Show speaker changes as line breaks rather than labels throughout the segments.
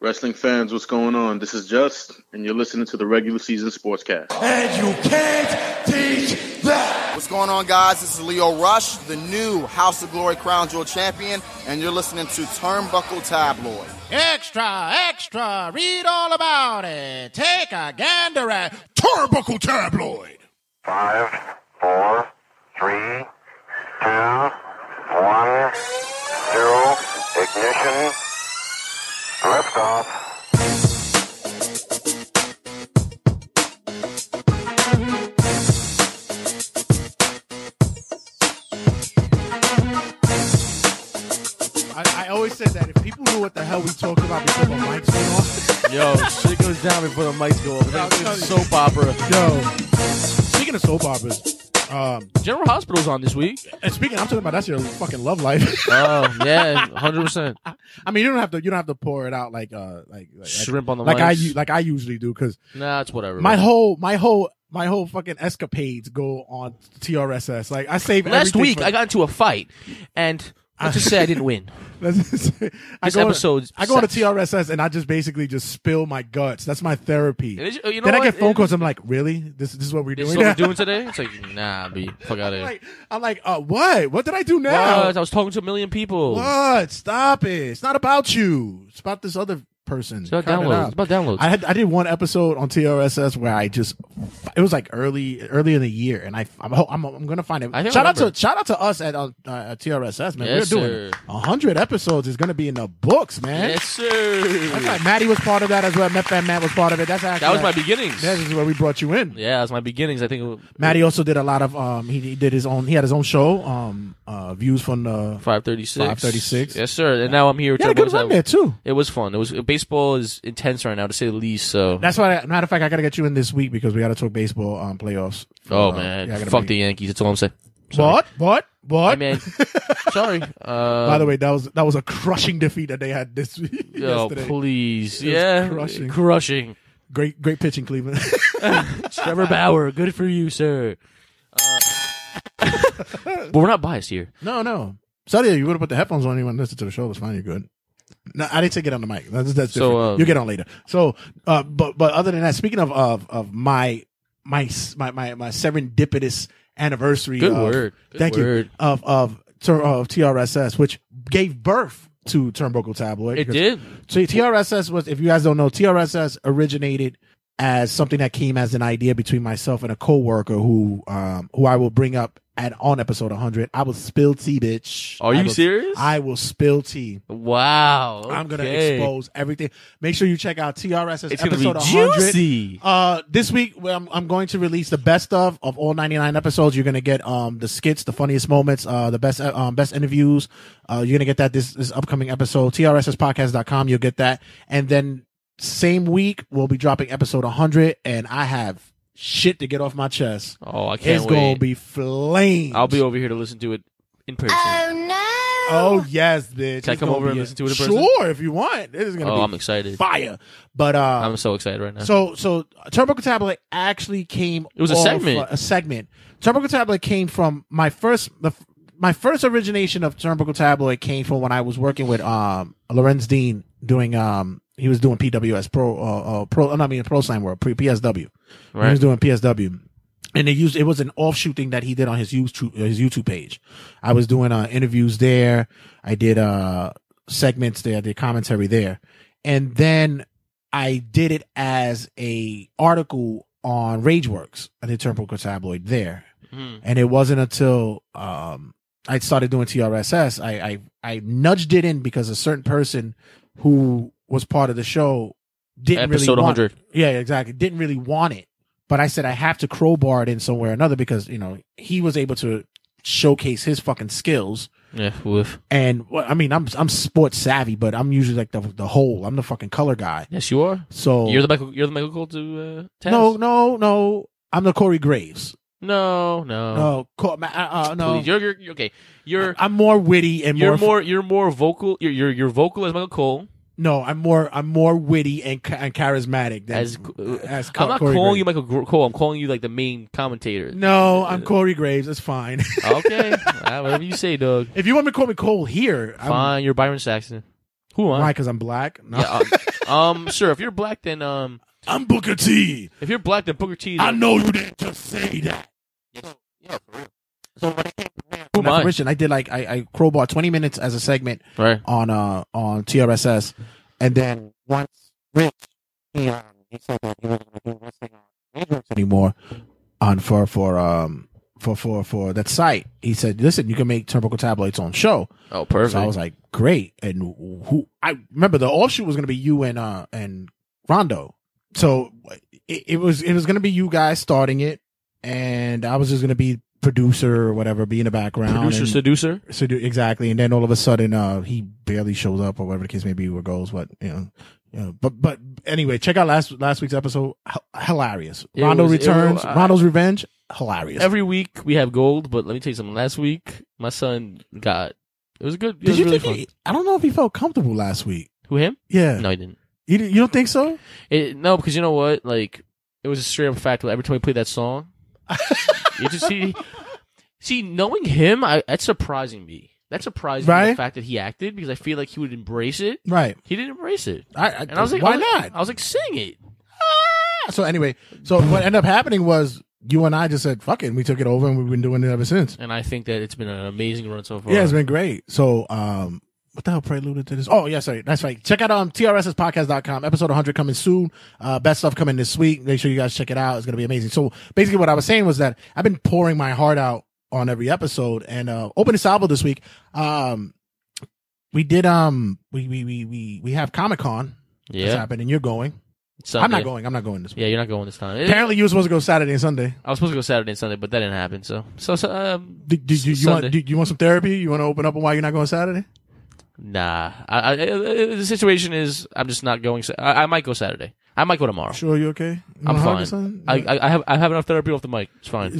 Wrestling fans, what's going on? This is Just, and you're listening to the regular season sportscast.
And you can't teach that.
What's going on, guys? This is Leo Rush, the new House of Glory Crown Jewel champion, and you're listening to Turnbuckle Tabloid.
Extra, extra, read all about it. Take a gander at Turbuckle Tabloid.
Five, four, three, two, one, zero, ignition, liftoff.
I, I always said that if people knew what the hell we talked about before the mics went
Yo, shit goes down before the mics go off. It's like a
telling you.
soap opera.
off, yo. Speaking of soap operas, um,
General Hospital's on this week.
and speaking, I'm talking about that's your fucking love life.
Oh yeah, hundred percent.
I mean, you don't have to, you don't have to pour it out like, uh, like, like
Shrimp on the
like I
mics.
u- like I usually do because
Nah, it's whatever.
my
man.
whole, my whole, my whole fucking escapades go on TRSS. Like I save
last
everything
week
for-
I got into a fight, and let's just say I didn't win.
That's just- I
This
go
episode's
To, I go to
sucks.
TRSS and I just basically just spill my guts. That's my therapy.
It is- oh, you know
then I
what?
get phone
It-
calls. I'm like, really? This, this is what we're
This
doing.
is what
now?
we're doing today? It's like nah, be fuck out
I'm
of here.
like, I'm like, uh, what? What did I do now?
What? I was talking to a million people.
What? Stop it! It's not about you. It's about this other person.
It's about
Cut it
downloads.
out.
It's about downloads.
I had I did one episode on TRSS where I just it was like early early in the year, and I I'm ho- I'm, I'm gonna find it.
I think I
Shout out to
remember.
shout out to us at uh, uh, TRSS man.
Yes,
We're doing
sir.
hundred episodes is gonna be in the books, man.
Yes, sir.
That's right. Maddie was part of that as well. MFM Matt was part of it. That's actually
That was my beginnings.
That is where we brought you in.
Yeah, that was my beginnings. I think. it was-
Maddie also did a lot of um he, he did his own he had his own show um uh views from the
536.
536.
Yes, sir. And now I'm here.
he had a good
Turbo's
run
out.
there too.
It was fun. It was baseball is intense right now to say the least. So
That's why. Matter of fact, I gotta get you in this week because we gotta talk baseball um, playoffs.
oh
Uh,
man,
yeah, I gotta
fuck the
bring-
Yankees. That's all I'm saying.
What? What? What?
I mean, sorry. Uh,
By the way, that was that was a crushing defeat that they had this week
yo,
yesterday.
Oh, please,
was
yeah,
crushing.
crushing.
Great, great pitching, Cleveland.
Trevor Bauer, good for you, sir. Uh, but we're not biased here.
no, no. Sorry, you would have put the headphones on. You wouldn't listen to the show. That's fine. You're good. No, I didn't say get on the mic. That's, that's
So,
different.
um,
you get on later. So, uh, but but other than that, speaking of of, of my my s- my my my serendipitous anniversary.
Good
of-
word. Good
thank
word.
you. Of of tur- of TRSS, which gave birth to Turnbuckle Tabloid.
It
because
did.
So TRSS was, if you guys don't know, TRSS originated as something that came as an idea between myself and a coworker who, um, who I will bring up at on episode 100. I will spill tea, bitch.
Are
I
you
will-
serious?
I will spill tea.
Wow.
I'm gonna
okay.
expose everything. Make sure you check out TRSS
It's gonna be
episode 100.
juicy.
Uh, this week well, I'm, I'm going to release the best of of all 99 episodes. You're gonna get um the skits, the funniest moments, uh the best uh, um best interviews. Uh, you're gonna get that this this upcoming episode. TRSSpodcast.com. You'll get that, and then same week we'll be dropping episode 100, and I have shit to get off my chest.
Oh, I can't
It's
wait.
gonna be flames.
I'll be over here to listen to it in person.
Oh yes, bitch!
Can I
It's
come
gonna
over and
be a-
listen to it in person?
Sure, if you want. It is gonna
Oh,
be
I'm excited.
fire. But uh,
I'm so excited right now.
So so Turbo Tablet actually came.
It was a
off-
segment.
A segment. Turbo Tablet came from my first the f- my first origination of Turbo Tablet came from when I was working with um Lorenz Dean doing um he was doing PWS Pro uh, uh Pro not I mean Pro Slam World pre PSW. He was
right.
doing PSW. And they used it was an offshoot thing that he did on his YouTube his YouTube page. I was doing uh, interviews there. I did uh segments there. I did commentary there, and then I did it as a article on RageWorks. I did Turnbull Tabloid there,
Mhm.
and it wasn't until um I started doing TRSS I, I I nudged it in because a certain person who was part of the show didn't
Episode
really want
100.
yeah, exactly. Didn't really want it, but I said I have to crowbar it in somewhere or another because you know he was able to showcase his fucking skills.
Yeah. Woof.
And well, I mean, I'm I'm sports savvy, but I'm usually like the the whole. I'm the fucking color guy.
Yes, you are.
So
You're the Michael. You're the Michael Cole to uh, Taz.
Oh. no, no, no. I'm the Corey Graves.
no, no.
No, Co- ma- uh, uh, no.
Oh. Please, you're, you're, you're okay. You're
I'm more witty and
you're
more.
more you're more vocal. You're you're, you're vocal as Michael Cole.
no, I'm more. I'm more witty and, cha- and charismatic than
As, uh,
as, Co-
I'm not
Corey
calling
Graves.
you Michael Gro- Cole. I'm calling you like the main commentator.
No, I'm Corey Graves. It's fine.
okay, All right, Uh, whatever you say, Doug.
if you want me to call me Cole here, I'm,
Fine, you're Byron Saxon. Who am
Why?
I?
Because I'm black. No.
um, sure. If you're black, then um,
I'm Booker T.
if you're black, then Booker T. is-
I know you didn't just say that.
who am
Not
I?
permission. I did like I, I crowbar twenty minutes as a segment
Right.
on uh on TRSS, and then once Rich he, um, he said that he wasn't gonna do wrestling on networks anymore on for for um for for for that site. He said, "Listen, you can make Turnbuckle Tabloid's own show."
Oh, perfect.
So I was like, "Great!" And who I remember the offshoot was gonna be you and uh and Rondo. So it, it was it was gonna be you guys starting it, and I was just gonna be producer or whatever, be in the background.
Producer,
and-
seducer.
so do, exactly, and then all of a sudden, uh, he barely shows up or whatever the case may be, or goes, what you know, you know. But but anyway, check out last last week's episode. H- hilarious.
It
Rondo
was- it
returns.
was- I-
Rondo's revenge. Hilarious.
Every week we have gold, but let me tell you something. Last week, my son got. It was good. It
Did
was
you
really
think?
fun.
He, I don't know if he felt comfortable last week.
Who him?
Yeah.
No, he didn't.
You, di- you don't think so?
It, no, because you know what? Like it was a straight up fact. Every time we played that song, you just see, see, knowing him, I, that's surprising me. That's surprising me,
Right?
the fact that he acted because I feel like he would embrace it.
Right.
He didn't embrace it,
I, I,
and I was like, oh,
why
I was like-
not? Ah!
I was like, sing it.
so anyway, so what ended up happening was you and I just said, "Fuck it," and we took it over, and we've been doing it ever since.
And I think that it's been an amazing run so far.
Yeah, it's been great. So, um, what the hell preluded to this? Oh, yeah, sorry. That's right. Check out um, trspodcast.com. Episode 100 coming soon. Uh, best stuff coming this week. Make sure you guys check it out. It's going to be amazing. So, basically, what I was saying was that I've been pouring my heart out on every episode. And uh, open salvo this week, um, we did, um, we, we, we, we, we have Comic Con that's
yeah.
happening. You're going.
Sunday.
I'm not going. I'm not going this week.
Yeah, you're not going this time.
Apparently, you were supposed to go Saturday and Sunday.
I was supposed to go Saturday and Sunday, but that didn't happen. So, so, so um,
Do, do, do you, want,
Sunday.
do you want some therapy? You want to open up on why you're not going Saturday?
Nah, I, I, I- the situation is I'm just not going. Sa- I, I might go Saturday. I might go tomorrow.
Sure, you okay? You
I'm
wanna hug your
fine.
son?
I, I, I have I have enough therapy off the mic. It's fine.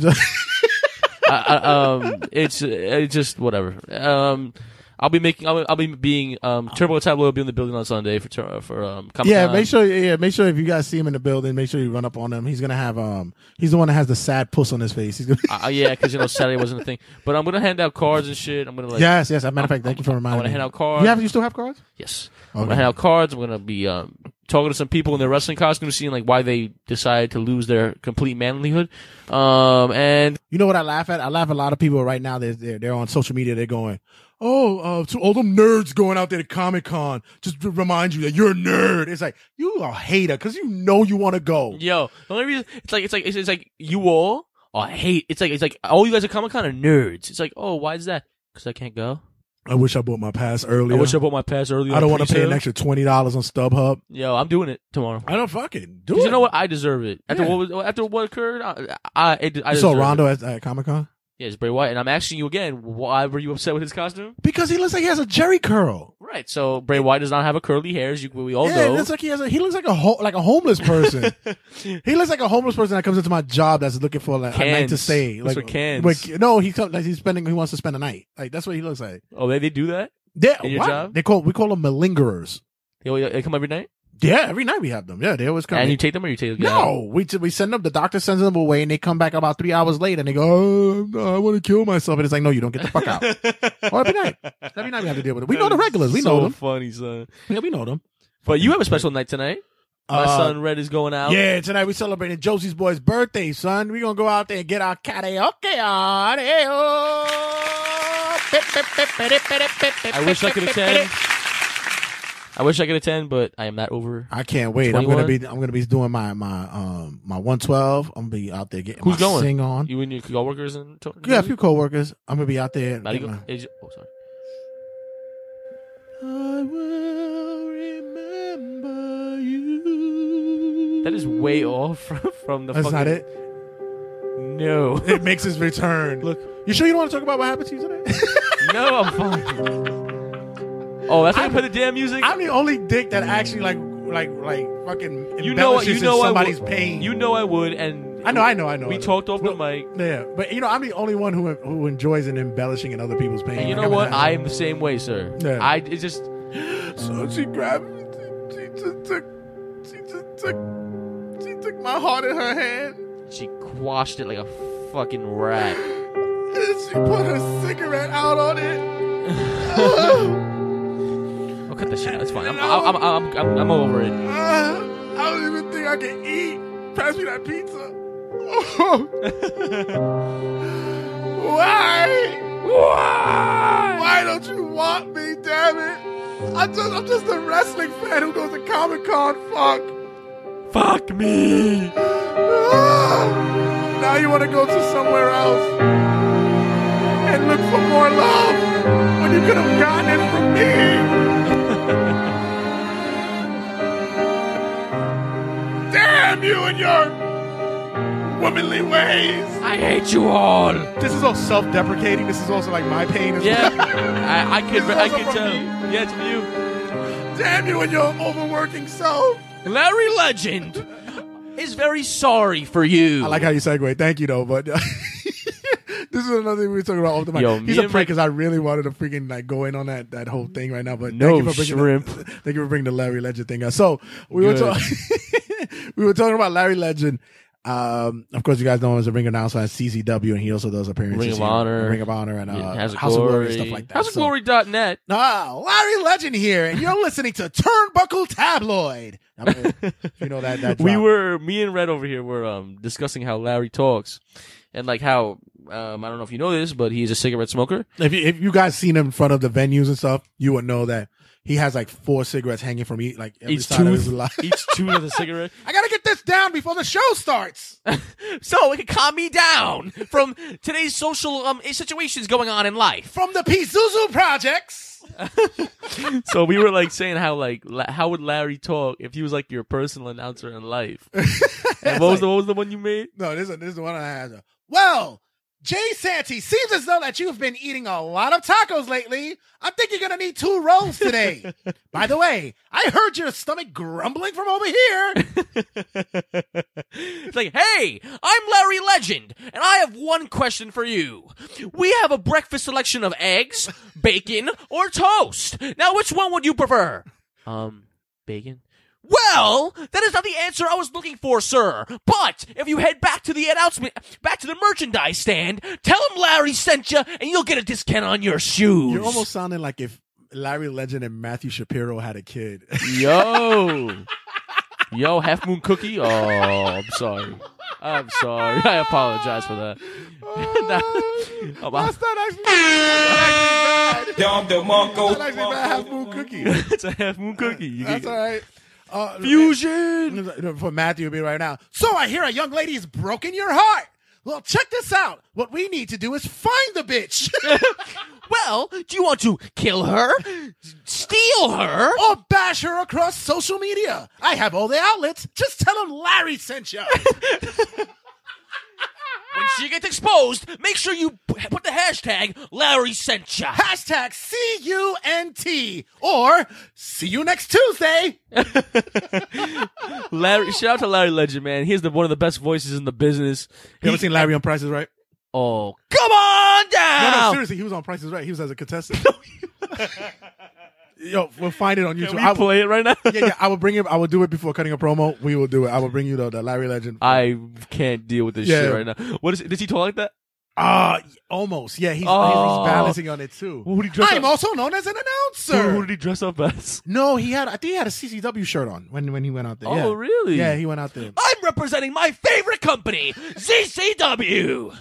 I, I, um, it's uh, it's just whatever. Um, I'll be making. I'll, I'll be being um Turbo Tableau will be in the building on Sunday for tur- for um. Comic
Yeah, make sure. Yeah, make sure if you guys see him in the building, make sure you run up on him. He's gonna have um, he's the one that has the sad puss on his face. He's gonna.
Uh, yeah, because you know Saturday wasn't a thing. But I'm gonna hand out cards and shit. I'm gonna like
yes, yes. As a matter of fact, thank you for reminding.
wanna
me.
hand out cards.
You have, you still have cards?
Yes. I'm
Okay.
gonna hand out cards. I'm gonna be um, talking to some people in their wrestling costumes, seeing like why they decided to lose their complete manlyhood. Um, and
You know what I laugh at? I laugh at a lot of people right now. They're they're, they're on social media. They're going, oh, uh, to all them nerds going out there to Comic Con, just to remind you that you're a nerd. It's like you a hater because you know you want to go.
yo, the only reason it's like it's like it's, it's like you all are hate. It's like it's like all you guys at Comic Con are nerds. It's like oh, why is that? Because I can't go.
I wish I bought my pass earlier.
I wish I bought my pass earlier.
I don't want to
to
pay an extra twenty dollars on StubHub.
Yo, I'm doing it tomorrow.
I don't fucking do
'Cause
it.
you know what? I deserve it. After
Yeah.
what was, after what occurred, I I, I, I
You saw
deserve it.
Rondo at, at Comic Con
Yes, Bray Wyatt, and I'm asking you again. Why were you upset with his costume?
because he looks like he has a Jerry curl.
Right. So Bray Wyatt does not have a curly hair, as you, we all
Yeah,
know.
it looks like he has. A, he looks like a ho- like a homeless person. he looks like a homeless person that comes into my job that's looking for like a night to
Cans.
stay.
Looks
Like
for cans.
like, no, he come- like he's spending. He wants to spend a night. Like that's what he looks like.
Oh, they, they do that?
They,
In your
what?
job?
they call we call them malingerers.
They, always- they come every night?
Yeah, every night we have them. Yeah, they always come.
And you take them or you take them?
no, we t- we send them. The doctor sends them away, and they come back about three hours later, and they go, "Oh, no, I want to kill myself." And it's like, "No, you don't get the fuck out." or every night, every night we have to deal with it. We know the regulars. We
so
know them.
funny, son.
Yeah, we know them.
But you have a special night tonight. My
Uh,
son Red is going out.
Yeah, tonight we celebrating Josie's boy's birthday, son. We gonna go out there and get our karaoke on. Oh.
I wish I could attend. I wish I could attend, but I am not over.
I can't wait. I'm gonna
21?
be I'm gonna be doing my my um my 112. I'm gonna be out there getting
Who's
my
going?
sing on.
You and your coworkers and to-
Yeah, a few coworkers. I'm gonna be out there.
How do you
getting
go?
my-
Is- oh, sorry.
I will remember you.
That is way off from, from the.
That's
fucking,
not it.
No,
It makes his return. Look, you sure you don't want to talk about what happened to you today?
no, I'm fine. Oh, that's why I play the damn music.
I'm the only dick that actually like like like fucking
you know, what-
embellishes
you know, I
somebody's
would,
pain.
You know, I would, and
I know, I know, I know.
We
I know.
talked off the
Well,
mic.
Yeah, but you know, I'm the only one who who enjoys and embellishing in other people's pain.
And you
Like, I'm
know what?
an
I
asshole.
am the same way, sir.
Yeah.
I it's just
So she grabbed me. She, she just took. She just took. She took my heart in her hand.
she quashed it like a fucking rat.
And she put her cigarette out on it.
I'll cut that shit out. It's fine. I'm, I'm, I'm, I'm, I'm over it.
I don't even think I can eat. Pass me that pizza. Why? Why? Why don't you want me? Damn it! I just, I'm just a wrestling fan who goes to Comic Con. Fuck.
Fuck me.
Ah! now you want to go to somewhere else and look for more love when you could have gotten it from me. Damn you and your womanly ways.
I hate you all.
This is all self-deprecating. This is also like my pain. as
Yeah,
well.
I, I could, I
also
could
from
tell.
me.
Yeah, it's from you,
Damn you and your overworking self.
Larry Legend. Is very sorry for you.
I like how you segue. Thank you though, but this is another thing we were talking about off the mic.
Yo, me
He's a
and
prick
my-
because I really wanted to freaking like go in on that that whole thing right now. But
No
thank you for bringing
shrimp.
The, thank you for bringing the Larry Legend thing up. So we were
Good.
talking we were talking about Larry Legend. Um, of course, you guys know him as a ring announcer at CZW, and he also does appearances
Ring of
here.
Honor.
Ring of Honor, and uh,
Yeah, House of
House
Glory,
and stuff like that.
House of
So-
Glory dot net.
Nah, Larry Legend here, and you're listening to Turnbuckle Tabloid. I mean, if you know that. that
we
drop.
were me and Red over here were um discussing how Larry talks, and like how um I don't know if you know this, but he's a cigarette smoker.
If you, if you guys seen him in front of the venues and stuff, you would know that he has like four cigarettes hanging from each like every
Each
side of his
tooth,
life.
each tooth of the cigarette.
I gotta get this down before the show starts.
So it can calm me down from today's social um situations going on in life.
From the Pizuzu projects.
So we were like saying how like la- how would Larry talk if he was like your personal announcer in life? And what was the what was the one you made?
No, this is this is the one I had. Well, Jay Santee, seems as though that you've been eating a lot of tacos lately. I think you're gonna need two rolls today. By the way, I heard your stomach grumbling from over here.
it's like, hey, I'm Larry Legend, and I have one question for you. We have a breakfast selection of eggs, bacon, or toast. Now, which one would you prefer? Um, bacon. Well, that is not the answer I was looking for, sir. But if you head back to the announcement, back to the merchandise stand, tell him Larry sent you, and you'll get a discount on your shoes.
You're almost sounding like if Larry Legend and Matthew Shapiro had a kid.
Yo. Yo, Half Moon Cookie? Oh, I'm sorry. I'm sorry. I apologize for that. Oh, wow.
That's not actually bad.
Dom the Monko.
That's actually bad. Half Moon Cookie.
it's a Half Moon Cookie. You
That's
get-
all right. Uh,
Fusion!
For Matthew, it'd be right now. So I hear a young lady has broken your heart. Well, check this out. What we need to do is find the bitch
Well, do you want to kill her? Steal her?
or bash her across social media. I have all the outlets. Just tell them Larry sent you.
When she gets exposed, make sure you p- put the hashtag Larry sent ya.
Hashtag C U N T or see you next Tuesday.
Larry, shout out to Larry Legend, man. He's the, one of the best voices in the business.
You ever seen Larry on Prices Right?
Oh, come on down!
No, no, seriously, he was on Price is Right. He was as a contestant. Yo, we'll find it on YouTube.
Can we
I will,
play it right now?
yeah, yeah, I will bring it. I will do it before cutting a promo. We will do it. I will bring you the, the Larry Legend.
I can't deal with this
Yeah.
shit right now. What is? Does he talk like that?
Ah, almost. Yeah, he's,
Oh.
he's balancing on it too.
Who did he dress
I'm
up?
also known as an
Who,
announcer.
who did he dress up as?
no, he had. I think he had a CCW shirt on when when he went out there.
Oh,
yeah.
really? Ah.
Yeah, he went out there.
I'm representing my favorite company, ZCW.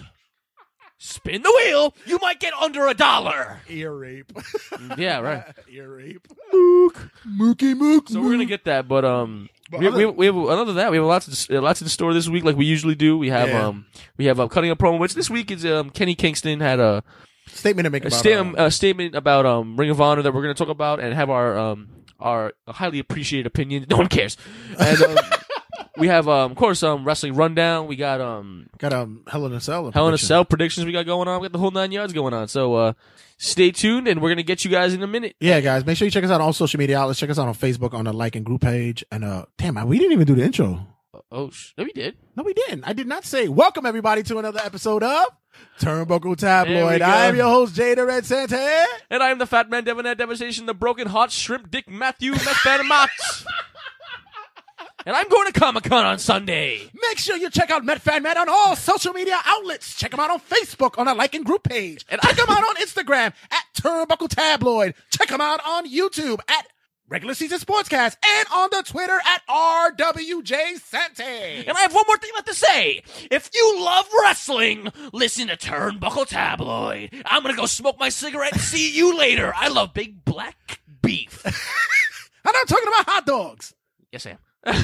Spin the wheel, you might get under a dollar.
Ear rape.
Yeah, right.
Ear rape. Mook. Mookie Mook.
So we're gonna get that, but um,
But
we,
other-
we, we have another than that we have lots of, lots in store this week, like we usually do. We have
Yeah.
um, we have a cutting a promo, which this week is um, Kenny Kingston had a
statement to make
a,
about.
stam-
uh,
a statement about um Ring of Honor that we're going to talk about and have our um our highly appreciated opinion. No one cares. And um, we have um of course um wrestling rundown. We got um
got um Hell in a Cell.
Hell in a
prediction.
Cell predictions. We got going on. We got the whole nine yards going on. So uh stay tuned and we're going to get you guys in a minute.
Yeah, guys, make sure you check us out on all social media outlets. Check us out on Facebook on the like and group page. And uh, damn, I- we didn't even do the intro.
Oh, sh- no, we did.
No, we didn't. I did not say welcome everybody to another episode of Turnbuckle
There we
Tabloid.
go.
I am your host Jada Red Santa.
And I am the Fat Man Devonair Devastation, the Broken Heart Shrimp Dick Matthew Methanamats. and I'm going to Comic Con on Sunday.
Make sure you check out Met Fan Met on all social media outlets. Check them out on Facebook on the like and group page. And
And
check
I-
them out on Instagram at Turnbuckle Tabloid. Check them out on YouTube at
regular season sportscast, and on the Twitter at RWJ Santi.
And I have one more thing left to say. If you love wrestling, listen to Turnbuckle Tabloid. I'm gonna go smoke my cigarette and see you later. I love big black beef.
And I'm talking about hot dogs.
Yes, I am.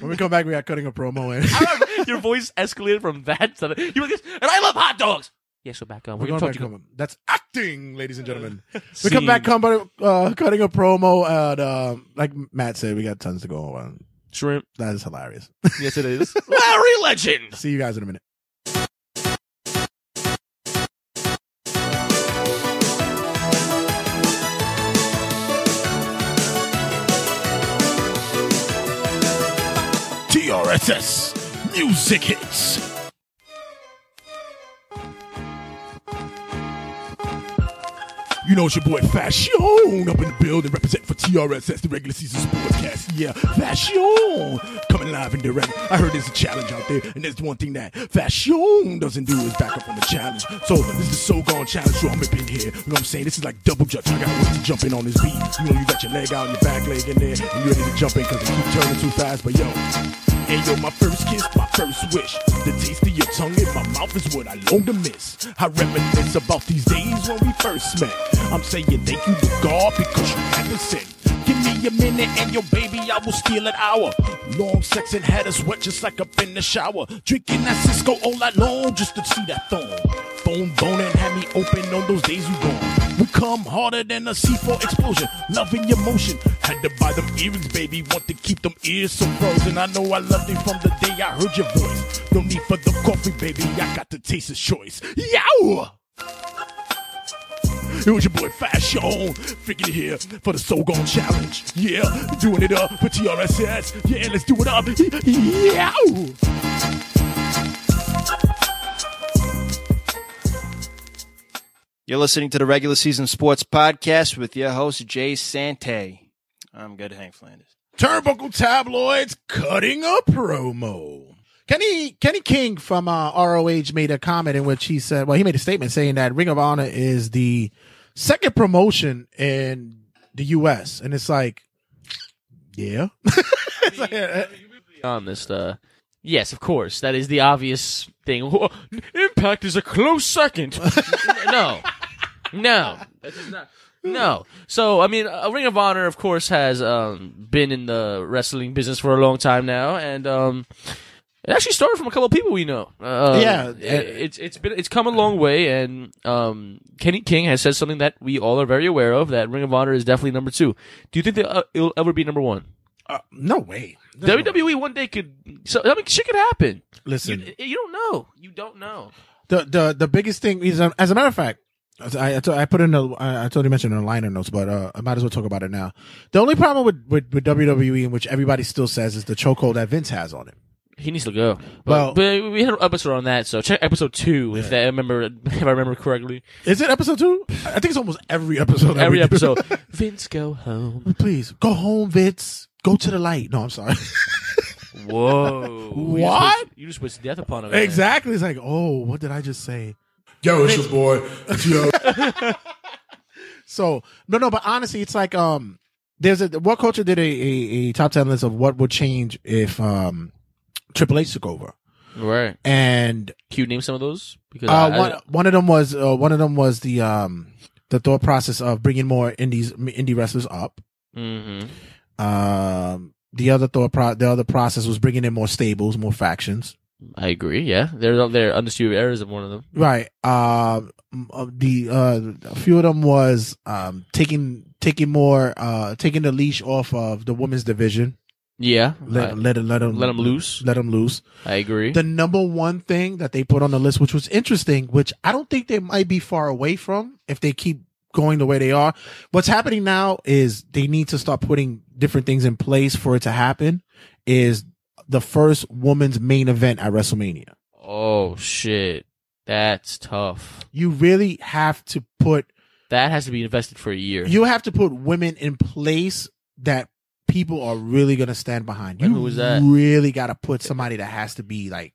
When we come back, we are cutting a promo in.
I remember your voice escalated from that to the, you were like, and I love hot dogs. Yeah, so back on. We're,
We're
gonna
going
talk
back
to you.
to That's acting, ladies and gentlemen. we come back, come, uh, cutting a promo at, uh, like Matt said, we got tons to go on.
Shrimp.
That is hilarious.
Yes, it is.
Larry Legend.
See you guys in a minute.
TRSS Music Hits. You know it's your boy Fashion up in the building, represent for TRSS, the regular season sportscast. Yeah, Fashion coming live and direct. I heard there's a challenge out there, and there's one thing that Fashion doesn't do is back up on the challenge. So this is the So Gone Challenge, so I'm up in here. You know what I'm saying? This is like double jump. I got to jump in on this beat. You know, you got your leg out and your back leg in there, and you ready to jump in because it keep turning too fast. But yo, Hey yo, my first kiss, my first wish. The taste of your tongue in my mouth is what I long to miss. I reminisce about these days when we first met. I'm saying thank you to God because you haven't sinned. Give me a minute and yo, baby, I will steal an hour. Long sex and had us wet just like up in the shower. Drinking that Cisco all night long just to see that thong. Phone bone and had me open on those days you gone. We come harder than a C4 explosion. Loving your motion. Had to buy them earrings, baby. Want to keep them ears so frozen. I know I loved you from the day I heard your voice. No need for the coffee, baby. I got the taste of choice. Yow! It was your boy Fashion, freaking here for the So Gone Challenge. Yeah, doing it up for TRSS. Yeah, let's do it up. Yow!
You're listening to the regular season sports podcast with your host Jay Sante. I'm good, Hank Flanders.
Turnbuckle Tabloids cutting a promo. Kenny Kenny King from uh, ROH made a comment in which he said, well, he made a statement saying that Ring of Honor is the second promotion in the U.S. And it's like, yeah, It's like, uh,
honest, uh, yes, of course, that is the obvious thing. Impact is a close second. no, no, That's just not- no. So I mean, uh, Ring of Honor, of course, has um, been in the wrestling business for a long time now, and um, it actually started from a couple of people we know. Uh,
Yeah.
it, it's it's been it's come a long way, and um, Kenny King has said something that we all are very aware of that Ring of Honor is definitely number two. Do you think that uh, it'll ever be number one?
uh, no way.
WWE E one day could so I mean shit could happen.
Listen,
You, you don't know. You don't know.
the the the biggest thing is um, as a matter of fact as I I to- I put in a I I totally mentioned in the liner notes, but uh, I might as well talk about it now. The only problem with, with, with WWE, in which everybody still says, is the chokehold that Vince has on it.
He needs to go. But,
Well-
but we had an episode on that, so check episode two if that I remember if I remember correctly.
Is it episode two? I think it's almost every episode. that
Every
we do.
episode, Vince go home.
Please go home, Vince. Go to the light. No, I'm sorry.
Whoa!
What?
You just wish death upon him.
exactly. It's like, oh, what did I just say?
Yo, it's your boy. Yo.
So no, no, but honestly, it's like um, there's a what culture did a, a, a top ten list of what would change if um Triple H took over,
Right.
and
Can you name some of those? Because
Uh,
I-
one
I-
one of them was uh, one of them was the um the thought process of bringing more indies indie wrestlers up.
Mhm.
Um, the other thought pro- the other process was bringing in more stables, more factions.
I agree. Yeah, there there are undisputed errors of one of them.
Right. Um, uh, the uh, a few of them was um taking taking more uh taking the leash off of the women's division.
Yeah,
Let
I,
let it- let them
let 'em loose.
Let them loose.
I agree.
The number one thing that they put on the list, which was interesting, which I don't think they might be far away from if they keep going the way they are. What's happening now is they need to start putting different things in place for it to happen. Is the first woman's main event at WrestleMania.
oh shit, that's tough.
You really have to put
That has to be invested for a year.
you have to put women in place that people are really gonna stand behind.
Wait,
You
who was that?
really gotta put somebody that has to be like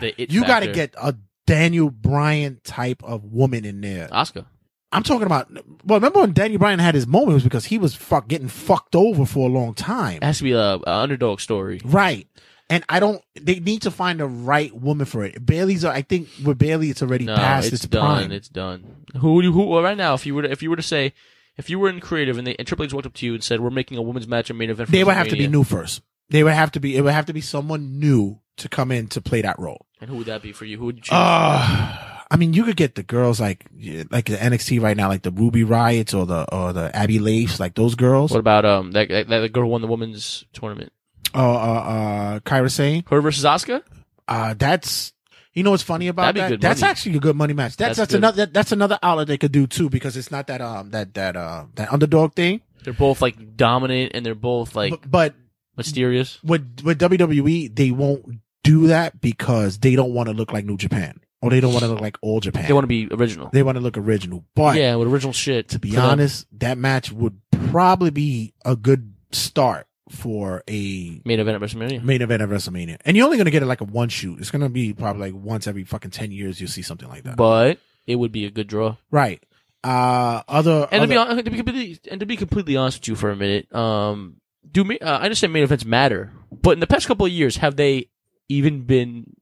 The it
you gotta
factor.
get a Daniel Bryan type of woman in there.
Oscar.
I'm talking about. Well, remember when Danny Bryan had his moment it was because he was fuck getting fucked over for a long time,
It has to be a, a underdog story.
right? And I don't. They need to find the right woman for it. Bailey's. I think with Bailey, it's already
No,
past
it's
its,
done.
prime.
It's done. Who would you, who well, right now? If you were to, if you were to say, if you were in creative and, they, and Triple H walked up to you and said, "We're making a women's match and main event," for
they would have to be
WrestleMania,"
new first. They would have to be. It would have to be someone new to come in to play that role.
And who would that be for you? Who would you choose?
Uh, I mean, you could get the girls like yeah, like the NXT right now, like the Ruby Riots or the or the Abby Leafs, like those girls.
what about um that, that that girl who won the women's tournament?
Uh, uh, uh, Kyra Sane.
Her versus Asuka?
Uh, that's you know what's funny about
That'd be
that?
good
That's
money.
actually a good money match. That's
That's
that's,
good.
another that, that's another outlet they could do too because it's not that um that that uh that underdog thing.
They're both like dominant and they're both like
but, but
mysterious.
with with WWE, they won't do that because they don't want to look like New Japan or they don't want to look like All Japan.
They want to be original.
they want to look original, but
yeah, with original shit.
to be
for them.
honest, that match would probably be a good start for a
main event at WrestleMania.
main event at WrestleMania. And you're only gonna get it like a one shoot. It's gonna be probably like once every fucking ten years you'll see something like that.
But it would be a good draw.
right. Uh other
And to be
other-
hon- to be completely and to be completely honest with you for a minute, um, do ma- uh, I understand main events matter, but in the past couple of years, have they even been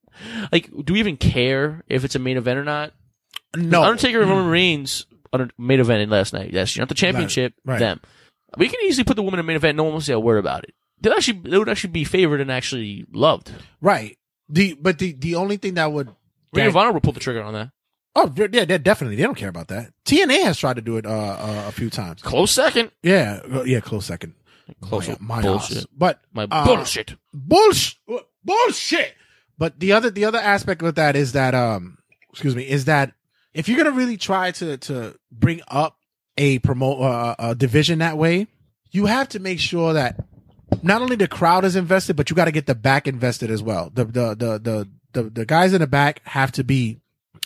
like? Do we even care if it's a main event or not?
no
Undertaker and Roman Reigns under, main evented last night. Yes, not the championship.
Right, right.
Them. We can easily put the woman in main event. No one will say a word about it. They'd actually they would actually be favored and actually loved.
Right. The but the the only thing that would
Ring of
that-
Honor would pull the trigger on that.
Oh yeah, yeah, definitely. They don't care about that. TNA has tried to do it uh, uh a few times.
Close second.
Yeah, uh, yeah, close second.
Close
my,
with
my
bullshit.
ass. But
My
uh,
bullshit.
bullshit bullshit but the other the other aspect with that is that um excuse me is that if you're gonna really try to to bring up a promote uh, a division that way you have to make sure that not only the crowd is invested but you got to get the back invested as well the the the the the, the guys in the back have to be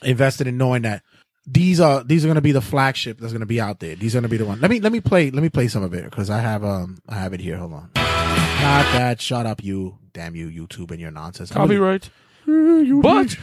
invested in knowing that these are these are gonna be the flagship that's gonna be out there. These are gonna be the one. Let me let me play let me play some of it because I have um I have it here. Hold on. Not that. Shut up, you. Damn you, YouTube and your nonsense. I'm really-
Copyright. But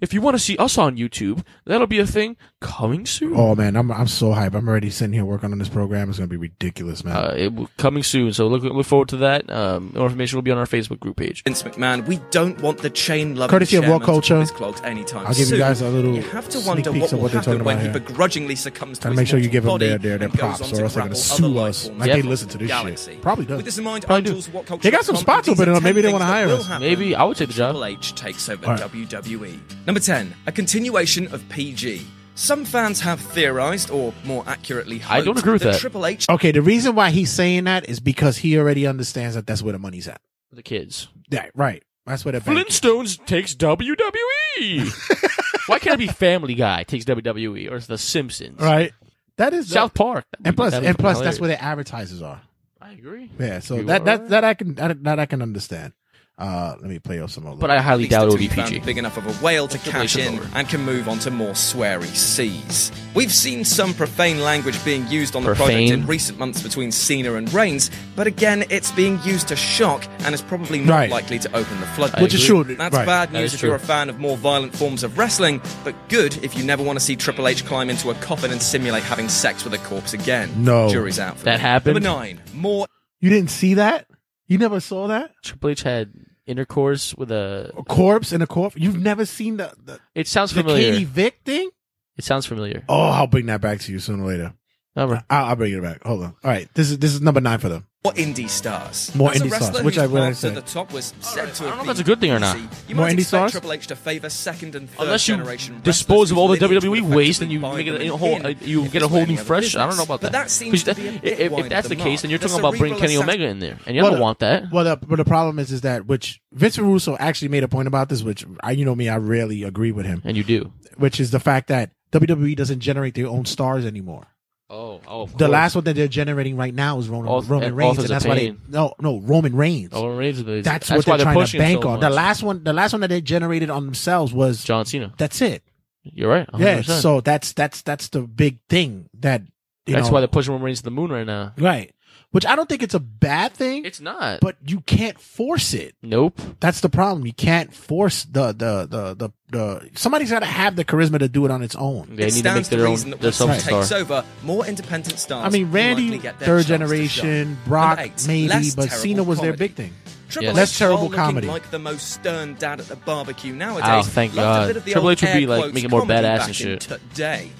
if you want to see us on YouTube, that'll be a thing coming soon.
Oh man, I'm I'm so hype. I'm already sitting here working on this program. It's gonna be ridiculous, man.
Uh, it will, coming soon, so look look forward to that. Um, more information will be on our Facebook group page.
Vince McMahon, we don't want the chain loving
Courtesy of Raw Culture,
clogged anytime
I'll give you
soon.
guys a little
You have to
sneak
wonder
peeks
what
of
will
what they're talking
happen when
about
he
here.
begrudgingly succumbs to
Gotta
his
make sure you
mortal
give them
body
their their, their
and goes on
props,
to
or else they're gonna
grapple
sue
other
us.
life
Like they
forms.
listen to this
Galaxy.
shit. Probably does.
With this in mind,
Probably
I'm
do.
Jules What Culture
They got some
dot com,
spots
and these
open
are
up. Maybe
10
they wanna
things that
hire
will
us.
happen
Maybe I would take
when
the job.
Triple H takes over
All right.
WWE. Number 10, a continuation of PG. Some fans have theorized, or more accurately, hoped,
I don't agree with that.
Triple H
okay, the reason why he's saying that is because he already understands that that's where the money's at.
The kids.
Yeah, right. That's where the bank is.
Flintstones takes WWE. Why can't it be Family Guy takes WWE or it's The Simpsons?
Right. That is
South Park.
And plus,
That'd be
and plus,
fucking
that's where
hilarious.
their advertisers are.
I agree.
Yeah, so
You
that
are
that
right.
that I can that, that I can understand. Uh, let me play off some more.
But I highly
At
doubt it
least
would be
the two found
PG.
Big enough of a whale to cash in and can move on to more sweary seas. We've seen some profane language being used on the project
Profane?
in recent months between Cena and Reigns, but again, it's being used to shock and is probably not
Right.
likely to open the floodgates.
which is true.
That's
right.
bad
That
news
is
if
true.
you're a fan of more violent forms of wrestling, but good if you never want to see Triple H climb into a coffin and simulate having sex with a corpse again.
No.
Jury's out for
That happened?
Number nine, more
You didn't see that? You never saw that?
Triple H had intercourse with a.
A corpse and a corpse. You've never seen the the,
It sounds
the Katie
familiar.
Vick thing?
It sounds familiar.
Oh, I'll bring that back to you sooner or later.
Number.
I'll, I'll bring it back. Hold on. All right, this is this is number nine for them.
More indie stars.
More
As a
indie stars,
wrestler
which
whose
I will
path to
say.
the top was said to
Oh, I don't know if
have been
that's a good thing or not.
easy, You
More
might
indie
expect
stars?
Triple H to favor second and third
Unless you
generation
dispose of all the
wrestlers whose
WWE
lineage
waste
would
and you
effectively
make it
bind
a
them
whole,
in
uh, you
if
get
this
a whole
was
new
any other
fresh. I don't
business.
know about that.
But that
'Cause
seems to
that-
be a bit
if, if
wide
that's
of
the
the
case, then you're
mark.
talking
The
about bringing
cerebral
Kenny
assassin-
Omega in there, and you don't
Well,
want that.
Well, the, but the problem is, is that which Vince Russo actually made a point about this, which I, you know me, I rarely agree with him,
And you do.
which is the fact that WWE doesn't generate their own stars anymore.
Oh, oh.
The last one that they're generating right now is Roman,
Auth-
Roman
and
Reigns,
Authors
and
of
that's why they
Pain.
no no Roman Reigns.
Oh, Roman Reigns is the-
that's, what
why
they're, trying to
pushing him
bank
so
on. The
much.
last one, the last one that they generated on themselves was
John Cena.
that's it.
You're right. 100%.
Yeah, so that's that's that's the big thing that you
that's
know,
why they're pushing Roman Reigns to the moon right now.
Right. which I don't think it's a bad thing.
It's not.
But you can't force it.
Nope.
That's the problem. You can't force the the the the, the somebody's got to have the charisma to do it on its own.
it stands to reason that once he takes over, more independent stars.
I mean,
will
Randy,
likely get their
third
chance to
generation,
shine.
Brock,
Number eight,
maybe,
less
but
terrible
Cena was their
comedy.
big thing.
Triple
Yes.
H,
Less terrible
while looking
comedy.
like the most stern dad at the barbecue nowadays.
Oh, thank
left
God.
A bit of the
Triple
old
H would be,
air
like,
quotes
making more
comedy
badass
back
and
in
shit.
Today,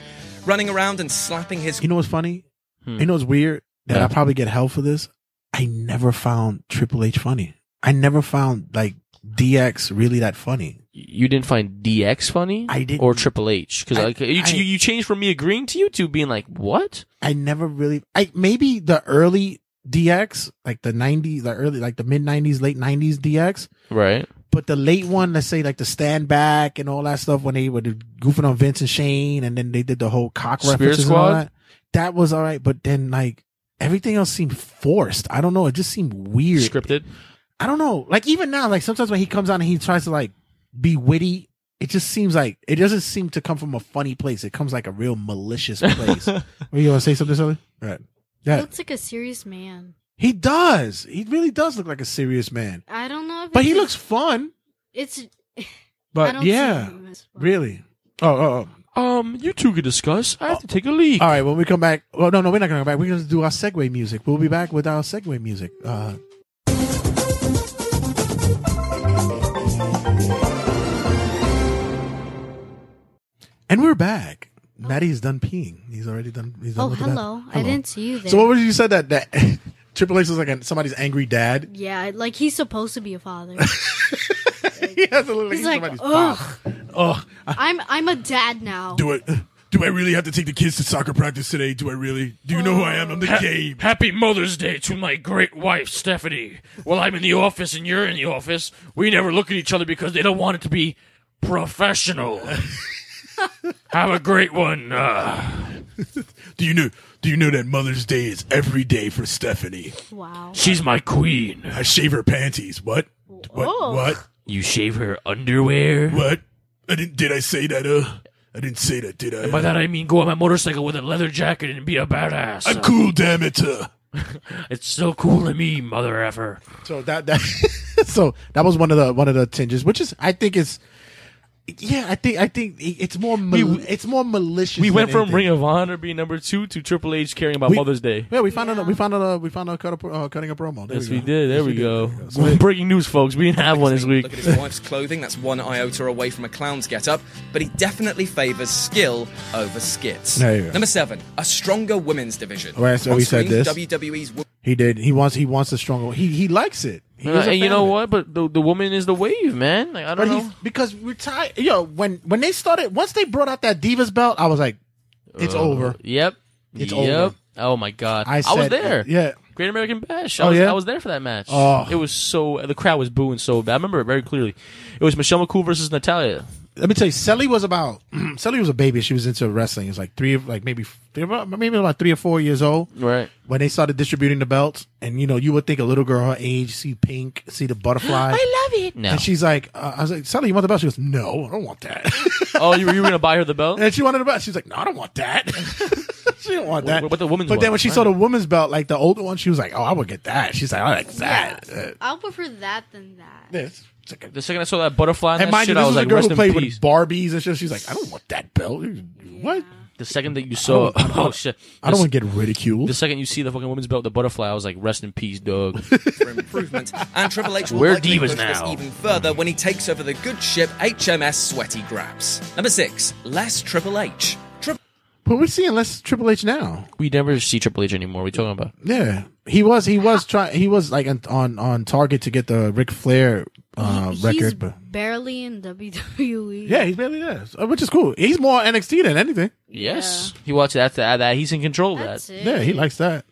running around and slapping his.
You know what's funny?
Hmm.
You know what's weird? That
Yeah.
I probably get hell for this. I never found Triple H funny. I never found like DX really that funny.
You didn't find DX funny? I did. Or Triple H? Because
I-
like, you,
I-
you you changed from me agreeing to you to being like, what?
I never really. I maybe the early DX, like the '90s, the early, like the mid '90s, late '90s DX.
Right.
But the late one, let's say like the stand back and all that stuff when they were goofing on Vince and Shane, and then they did the whole cock
Spirit
references and all
Squad?
that. That was all right, but then like everything else seemed forced. I don't know. It just seemed weird.
Scripted.
I don't know. Like even now, like sometimes when he comes out and he tries to like be witty, it just seems like it doesn't seem to come from a funny place. It comes like a real malicious place. Were you gonna say something, Sully? All Right.
He
Yeah.
looks like a serious man.
He does. He really does look like a serious man.
I don't know if
But he
it's-
looks fun.
It's I
But
don't see
yeah.
him as-
Really? Oh, oh,
oh. Um, you two could discuss. I have to take a leak.
Uh,
All right, when we come back. Well, no, no, we're not going to come back. We're going to do our segue music. We'll be back with our segue music. Uh, and we're back. Maddie's done peeing. He's already done. He's done
Oh,
with the bath.
hello. I didn't see you
So
there.
what was you said that that Triple H was like a, somebody's angry dad?
Yeah, like he's supposed to be a father.
he has a little
He's
he's
like,
somebody's
ugh,
Oh,
I'm I'm a dad now.
do it. Do I really have to take the kids to soccer practice today? Do I really? Do you know who I am? I'm the
Ha-
game.
Happy Mother's Day to my great wife, Stephanie. While I'm in the office and you're in the office, we never look at each other because they don't want it to be professional. Have a great one. Uh,
Do you know? Do you know that Mother's Day is every day for Stephanie?
Wow.
She's my queen.
I shave her panties. What? What?
Oh.
What?
You shave her underwear?
What? I didn't. Did I say that? Uh, I didn't say that. Did I?
And by that I mean go on my motorcycle with a leather jacket and be a badass.
I'm cool. Damn it. Uh.
It's so cool to me, mother effer.
So that that so that was one of the one of the tinges, which is I think it's yeah I think I think it- it's more mal- it's more malicious.
We
than
went from
anything.
Ring of Honor being number two to Triple H caring about
We-
Mother's Day.
yeah we found out we found out uh, we found out cut a, pro- uh, cutting a promo. There
Yes,
we,
we
go.
did. There we go. Breaking news, folks. We didn't have one this week.
Look at his wife's clothing. That's one iota away from a clown's get-up. But he definitely favours skill over skits.
There you go.
Number seven, a stronger women's division.
Well, that's what
On
we said
screen,
this.
WWE's wo-
He did. He wants he wants a strong. He he likes it. He
Uh,
is a
and you
fan
know
of it.
what? But the, the woman is the wave, man. Like, I don't
But
know.
he's because we're tired. Yo, when when they started, once they brought out that divas belt, I was like, it's
Uh,
over.
Yep.
It's
yep.
over.
Oh my god.
I
I, was
said-
there.
yeah.
Great American Bash.
Oh,
I was,
yeah?
I was there for that match.
Oh.
It was so the crowd was booing so bad. I remember it very clearly. It was Michelle McCool versus Natalia.
Let me tell you, Sally was about Sally was a baby. She was into wrestling. It was like three, like maybe three, maybe about three or four years old.
Right.
when they started distributing the belts, and you know, you would think a little girl her age see pink, see the butterfly.
I love it. No.
And she's like, uh, I was like, Sally, you want the belt? She goes, No, I don't want that.
oh, you were, you were gonna buy her the belt?
And she wanted the belt. She's like, No, I don't want that. she didn't want that.
But the woman's
but then
one,
when she
right?
saw the woman's belt, like the older one, she was like, Oh, I would get that. She's like, I like that. Uh,
I'll prefer that than that.
This.
the second I saw that butterfly and,
And
that
mind
shit,
you, this
I
was
was
a
like,
girl
rest
who
in
played
peace.
with Barbies and shit. She's like, I don't want that belt. What?
the second that you saw,
I don't-
oh shit!
I don't
The s-
want to get ridiculed.
The second you see the fucking woman's belt, the butterfly, I was like, rest in peace, dog.
for improvement, and Triple H will
We're
likely
divas
push this
now.
even further when he takes over the good ship HMS Sweaty Graps. Number six, less Triple H. Triple
But we're seeing less Triple H now.
we never see Triple H anymore. What are you talking about?
Yeah, he was. He was trying. He was like on- on on target to get the Ric Flair uh,
He's
record, but
barely in E. WWE.
yeah, he's barely there, so- which is cool. He's more NXT than anything.
Yes, he watched that. That, that he's in control of that.
Yeah, he likes that.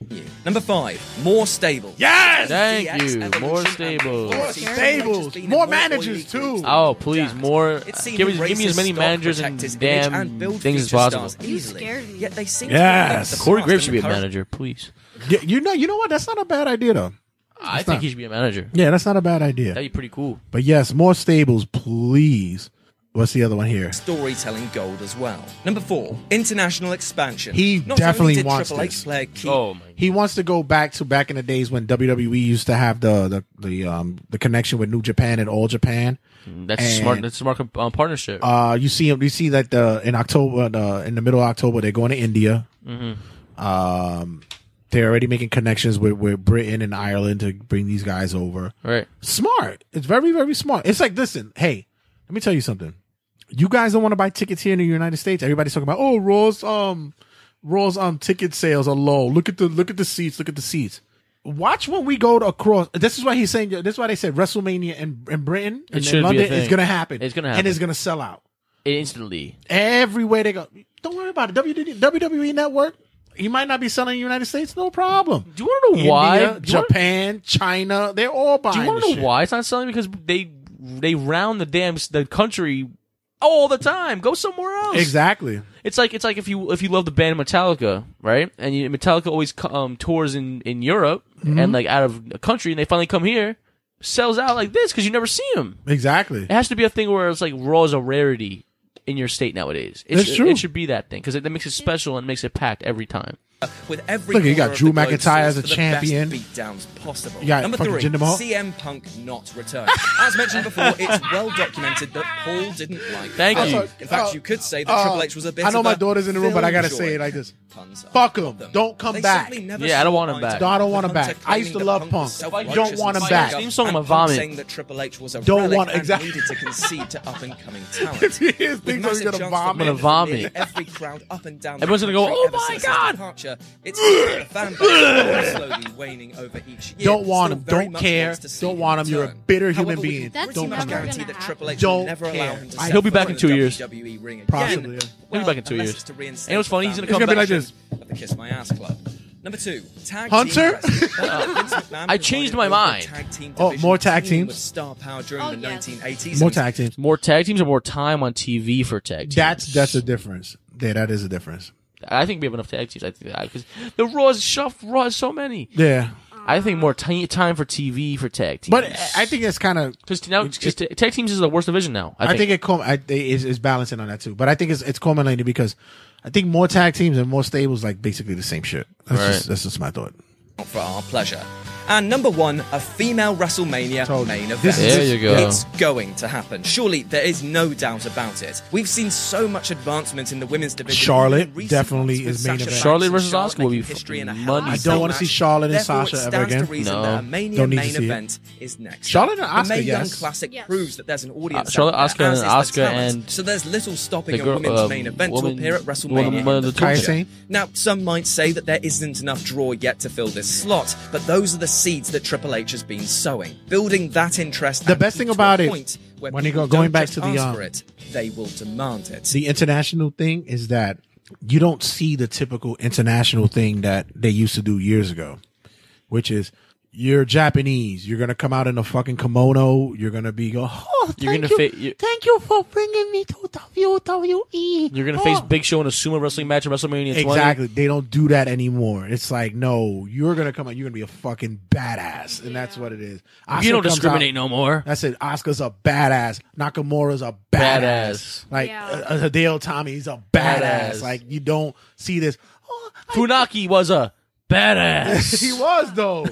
Number five, more stable.
Yes!
Thank
DX
you.
evolution
More
and
stable.
performance.
Stables,
Triple H has been
more
in
managers
oily groups.
too.
Oh please, more.
It seemed
Give, me- give me
racist
as many
stock
managers and
protect his image
damn
and build
things as
future
possible.
stars easily. Yet they seem
Yes,
to
Corey Graves should be a manager, please.
Yeah, you know, you know what? That's not a bad idea though.
I
It's
think
not.
he should be a manager.
Yeah, that's not a bad idea.
That'd be pretty cool.
But yes, more stables, please. What's the other one here?
storytelling gold as well. Number four, international expansion.
He
Not
definitely
only did
wants
Triple H
this.
Flair keep oh my
He wants to go back to back in the days when WWE used to have the the, the um the connection with New Japan and All Japan.
That's
And,
smart. That's a smart com- um, partnership.
Uh, you see him. You see that the in October, the, in the middle of October, they're going to India.
Mhm.
Um, they're already making connections with with Britain and Ireland to bring these guys over.
Right.
Smart. It's very very smart. It's like listen, hey, let me tell you something. You guys don't want to buy tickets here in the United States. Everybody's talking about oh Raw's um Raw's um ticket sales are low. Look at the look at the seats. Look at the seats. Watch when we go to across. This is why he's saying. This is why they said WrestleMania in, in Britain
It
and
should be
in
a
London is
thing.
going to happen.
It's gonna
and it's
happen.
going to sell out
instantly.
everywhere they go. Don't worry about it. WD- WWE E Network. He might not be selling in the United States, no problem.
Do you want to know why? Do you wanna-
Japan, China, they're all buying.
Do you want to know
this shit.
why it's not selling? Because they they round the damn s- the country all the time. Go somewhere else.
Exactly.
It's like it's like if you if you love the band Metallica, right? And you, Metallica always co- um, tours in in Europe
Mhm.
and like out of the country, and they finally come here, sells out like this because you never see them.
Exactly.
It has to be a thing where it's like Raw is a rarity in your state nowadays. It
That's
should,
true.
It should be that thing because that makes it special and makes it packed every time.
with every
Look, you
corner
got
of
Drew
the globe
McIntyre
sourced
as a
for the
champion.
Best beatdowns possible.
You got
Number
fucking
three,
Jinder Mahal.
CM Punk not return. As mentioned before, it's well documented that Paul didn't like.
Thank
Punk.
you.
In fact,
Uh,
you could say that
uh,
Triple H was a bit.
I know
of
my
a
daughter's in the room, but I
Phil
gotta say it
Joy.
like this.
Puns are
Fuck him. Don't come
They
back.
simply never
Yeah, I don't
saw
want him
eye to
back.
No, I don't
eye.
want him
The
back.
Hunter
I used to
claiming that
love
was
Punk.
self-righteous
Don't want him
and
back.
self-righteous.
Theme song,
And
I'm
Punk
vomit.
Saying that Triple H was a
Don't
relic
want-
and
exactly.
needed to concede to up and coming talent.
His things
With
are
massive
gonna
chance
vomit.
for men
I'm gonna
to leave
vomit.
Every crowd up and down. the
Everyone's gonna go,
country
"Oh
ever
my
since his
God!"
Departure. It's the fan base slowly waning over each year.
Don't want
Still
him.
very
Don't
much
care.
wants to see
Don't
him
want him. You're a
return.
bitter human
However, we
being.
can
That's
pretty
never
much
gonna
guarantee that
happen.
Triple H
Don't
will never
care.
allow him to
I-
step
He'll be
foot
back in two
the
years.
WWE ring again.
Possibly, yeah.
He'll be back in two
unless
years.
it's to reinstate
And it was
the
funny, he's
fan
gonna
base
come back.
version of the Kiss My Ass Club. Number two, tag
Hunter?
Team wrestling. Vince McMahon
I changed
provided
my
all the
mind.
Tag team
Oh,
division
more tag
team
teams?
with star power during the 1980s.
More
and
tag teams.
More tag teams or more time on TV for tag teams.
That's that's a difference. Yeah, that is a difference.
I think we have enough tag teams. I think because the Raws shuff Raw is so many.
Yeah,
I think more ti- time for TV for tag teams.
but I I think it's kind of.
because now 'cause ta- tag teams is the worst division now. I,
I, think, it com- I, it is it's balancing on that too. But I think it's it's culminating because I think more tag teams and more stables like basically the same shit. That's
Right.
just that's just my thought.
for our pleasure. And number one, a female WrestleMania main event.
This is- There you go.
It's going to happen. Surely there is no doubt about it. We've seen so much advancement in the women's division.
Charlotte
even in recent
definitely
months with
is main
Sasha
event.
Charlotte
Banks and
versus
Charlotte
Oscar will be
making history in a
fucking
hell of a
money. I
don't wanna
match.
see Charlotte and
Therefore,
Sasha
it
ever
stands
again.
To reason
No.
that a Mania
Don't need to
main
see it.
event is next.
Charlotte and Oscar,
The Mae Young
yes.
Classic proves that there's an audience.
Uh, Charlotte,
out
Oscar,
there, as
and
is the
Oscar
talent.
and
so there's little stopping
the
a
girl-
women's
um,
main event
woman-
to appear at
woman-
WrestleMania.
woman
in
of
the
the Kaya
future.
Sane?
Now, some might say that there isn't enough draw yet to fill this slot, but those are the seeds that Triple H has been sowing, building that interest.
The
and
best thing
to a
about it,
point where
when you
people
go- going
don't
back
just
to the,
ask
um,
for it, they will demand it.
The international thing is that you don't see the typical international thing that they used to do years ago, which is you're Japanese. You're gonna come out in a fucking kimono. You're gonna be go. Oh,
you're gonna
thank you,
fa- you-
thank you for bringing me to WWE.
you're gonna face
Oh.
Big Show in a sumo wrestling match at WrestleMania 20.
Exactly. They don't do that anymore. It's like, no, you're gonna come out. You're gonna be a fucking badass, and that's what it is.
you don't
comes
discriminate
out-
no more.
That's it. Oscar's a badass. Nakamura's a badass.
Badass.
Like
Yeah.
uh, uh, Hideo Tommy's a badass.
Badass.
Like you don't see this.
Funaki was a badass.
he was though.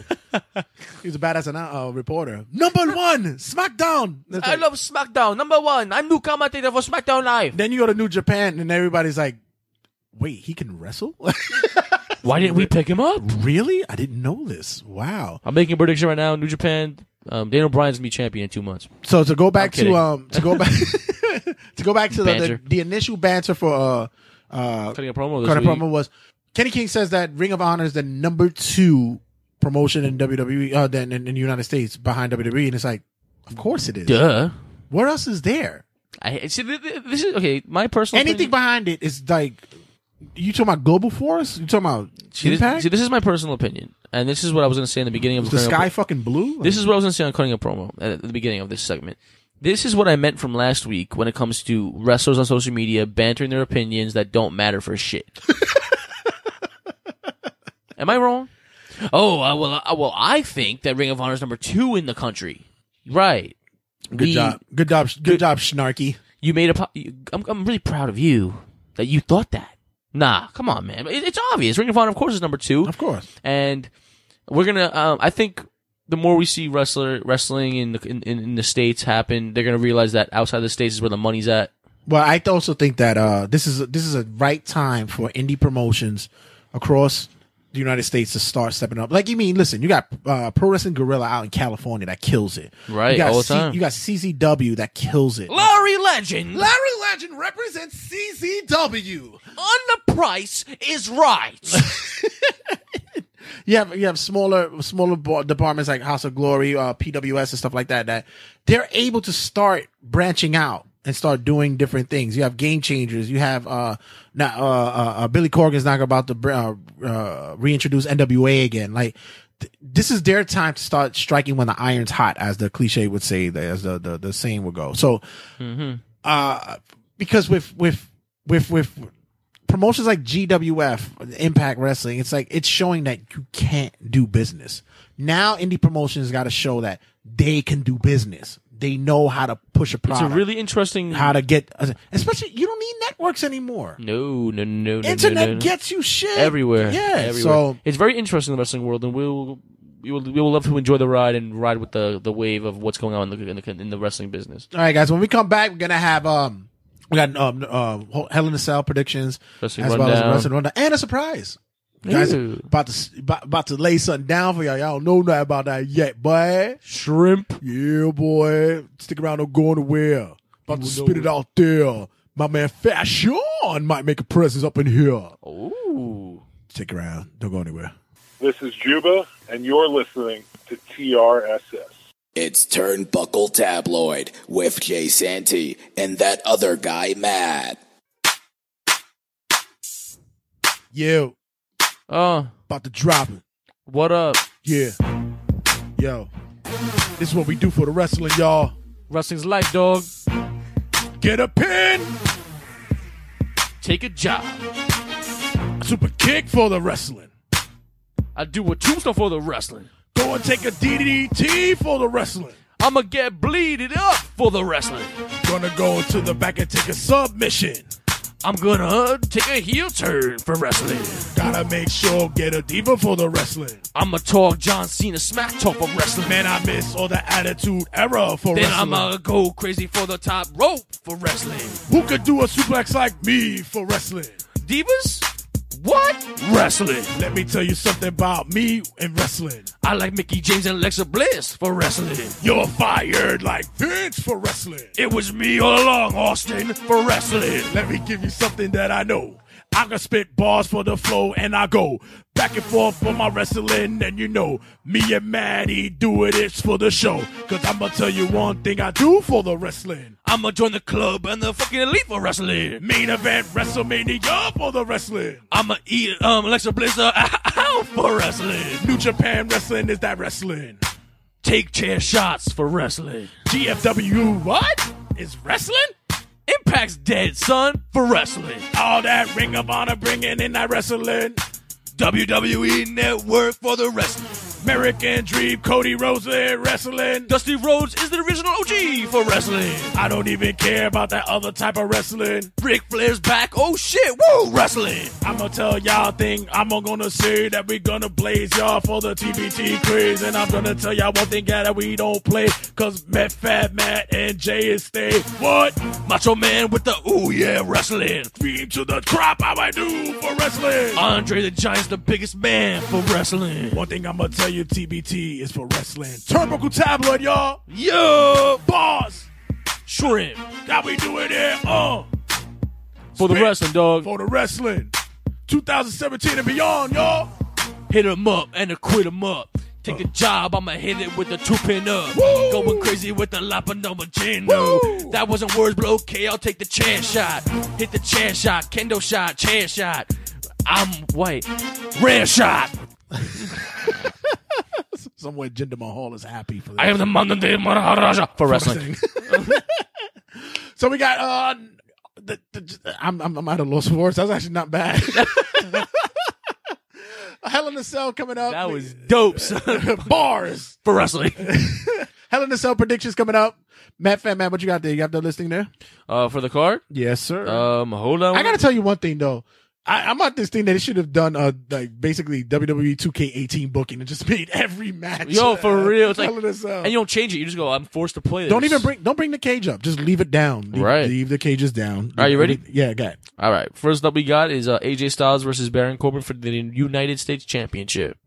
he was a badass and uh, uh, reporter. Number one, SmackDown. That's
I
like-
love SmackDown. Number one, I'm new commentator for SmackDown Live.
then you go to New Japan, and everybody's like, "Wait, he can wrestle?
Why didn't we pick him up?
really? I didn't know this. Wow."
I'm making a prediction right now. New Japan, um, Daniel Bryan's gonna be champion in two months.
So to go
I'm
back
kidding.
to um to go back to go back to the, the
Banter.
the initial banter for uh uh
Cutting a promo. This
Carter
week.
promo was Kenny King says that Ring of Honor is the number two promotion in WWE uh than in, in the United States behind WWE and it's like of course it is.
Duh.
What else is there?
I see. th- th- This is okay. My personal
Anything
opinion-
behind it is like you talking about Global Force? You talking about
See this,
Impact?
see, this is my personal opinion, and this is what I was going to say in the beginning of
the
cutting a
sky
pro-
fucking blue?
This is what I was going to say on cutting a promo at the beginning of this segment. This is what I meant from last week when it comes to wrestlers on social media bantering their opinions that don't matter for shit. Am I wrong? Oh uh, well, uh, well, I think that Ring of Honor is number two in the country. Right.
good job. Good job. Good, job, Snarky.
You made a. Po- you- I'm, I'm really proud of you that you thought that. Nah, come on, man. It, it's obvious. Ring of Honor, of course, is number two. Of
course.
And we're gonna. Um, I think the more we see wrestler wrestling in the in, in in the states happen, they're gonna realize that outside the states is where the money's at.
Well, I also think that uh, this is this is a right time for indie promotions across the United States to start stepping up. Like you mean, listen, you got uh, Pro Wrestling Gorilla out in California that kills it,
Right,
You got
all the
C-
time.
You got CZW that kills it.
Larry Legend.
Larry Legend represents CZW.
On the price is right.
You have you have smaller smaller bo- departments like House of Glory, uh, PWS, and stuff like that. That they're able to start branching out and start doing different things. You have game changers. You have uh, not, uh, uh, uh, Billy Corgan's not about to br- uh, uh, reintroduce NWA again. Like th- this is their time to start striking when the iron's hot, as the cliche would say, the- as the the, the saying would go. So
Mm-hmm.
uh, because with with with with promotions like GWF, Impact Wrestling, it's like it's showing that you can't do business. Now indie promotions got to show that they can do business. They know how to push a
It's a
product.
really interesting.
how to get, especially you don't need networks anymore.
No, no, no, no, no,
Internet
no, no.
gets you shit
Mm. everywhere.
Yeah,
everywhere.
so
it's very interesting in the wrestling world, and we'll we will we will love to enjoy the ride and ride with the, the wave of what's going on in the in the, in the wrestling business.
all right, guys. When we come back, we're gonna have um, we got um, uh, Hell in a Cell predictions
Wrestling
as well as
rundown.
wrestling rundown and a surprise. You guys are
Ooh.
about to s- about, about to lay something down for y'all. Y'all don't know nothing about that yet, boy.
Shrimp.
Yeah, boy. Stick around. Don't go anywhere. About to
People
spit
know
it out there. My man Fat Sean might make a presence up in here.
Ooh.
Stick around. Don't go anywhere.
This is Juba, and you're listening to TRSS.
It's Turnbuckle Tabloid with Jay Santee and that other guy, Matt.
Yeah.
Uh.
About to drop it.
What up?
Yeah. Yo. This is what we do for the wrestling, y'all.
Wrestling's life, dog.
Get a pin.
Take a job.
Super kick for the wrestling.
I do a tombstone for the wrestling.
Go and take a DDT for the wrestling.
I'ma get bleeded up for the wrestling.
Gonna go to the back and take a submission.
I'm gonna take a heel turn for wrestling.
Gotta make sure get a diva for the wrestling.
I'ma talk John Cena smack talk for wrestling.
Man, I miss all the attitude era for
then
wrestling.
I'ma go crazy for the top rope for wrestling.
Who could do a suplex like me for wrestling?
Divas? What?
Wrestling. Let me tell you something about me and wrestling.
I like Mickey James and Alexa Bliss for wrestling.
You're fired like Vince for wrestling.
It was me all along, Austin, for wrestling.
Let me give you something that I know. I can spit bars for the flow and I go back and forth for my wrestling. And you know, me and Maddie do it, it's for the show. Cause I'ma tell you one thing I do for the wrestling.
I'ma join the club and the fucking elite for wrestling.
Main event WrestleMania for the wrestling.
I'ma eat um Alexa Bliss uh, out for wrestling.
New Japan wrestling is that wrestling.
Take chair shots for wrestling.
GFW what? Is wrestling?
Impact's dead, son, for wrestling.
All that Ring of Honor bringing in that wrestling. E
WWE Network for the wrestling.
American Dream, Cody Rhodes in wrestling.
Dusty Rhodes is the original OG for wrestling.
I don't even care about that other type of wrestling.
Ric Flair's back. Oh shit, woo, wrestling.
I'ma tell y'all thing. I'm all gonna say that we gonna blaze y'all for the TBT craze. And I'm gonna tell y'all one thing yeah, that we don't play. Cause Matt, Fat Matt, and Jay is stay. What?
Macho Man with the ooh yeah wrestling.
Dream to the crop how I do for wrestling. Uh,
Andre the Giant's the biggest man for wrestling.
One thing I'ma tell you, TBT is for wrestling. Turbical tabloid, y'all.
Yo,
boss.
Shrimp.
That we do it here. Uh.
For the
Spit
wrestling, dog.
For the wrestling. 2017 and beyond, y'all.
Hit 'em up and to quit 'em up. Take a job, I'ma hit it with a two pin up. Going crazy with the Lapa number Gino. That wasn't words, but okay, I'll take the chance shot. Hit the chance shot, kendo shot, chance shot. I'm white. Rare shot.
Somewhere Jinder Mahal is happy for that.
I am the Mandante Maharaja for wrestling.
so we got uh the, the, I'm, I'm I'm out of lost words. That was actually not bad. Hell in a Cell coming up.
That was dope, son.
Bars
For wrestling.
Hell in a Cell predictions coming up. Matt Fan Man, what you got there? You got the listing there?
Uh, for the card?
Yes, sir.
Um, hold on.
I gotta tell you one thing though. I, I'm on this thing that it should have done uh like basically E WWE 2K18 booking and just made every match.
Yo, for real, it's like,
Hell in a Cell.
and you don't change it. You just go. I'm forced to play this.
uh, Don't even bring don't bring the cage up. Just leave it down. Leave,
Right.
Leave the cages down.
Are you ready?
Yeah, got it.
All right. First up, we got is uh, AJ Styles versus Baron Corbin for the United States Championship.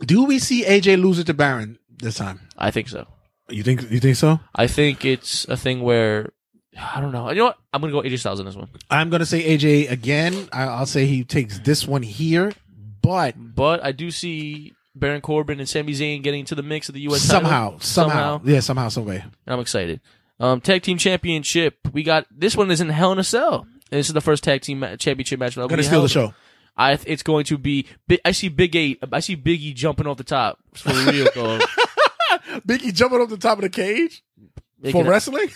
Do we see AJ lose it to Baron this time?
I think so.
You think you think so?
I think it's a thing where I don't know. You know what? I'm gonna go AJ Styles in this one,
I'm gonna say AJ again. I, I'll say he takes this one here, but
but I do see Baron Corbin and Sami Zayn getting into the mix of the U.S. title.
somehow, somehow, yeah, somehow, some way.
and I'm excited. Um, tag team championship. We got this one is in Hell in a Cell. And this is the first tag team ma- championship match. Gonna
Gonna steal the show.
I it's going to be. Bi- I see Big Eight. I see Biggie jumping off the top for real, dog.
Biggie jumping up the top of the cage
Making
for
it-
wrestling.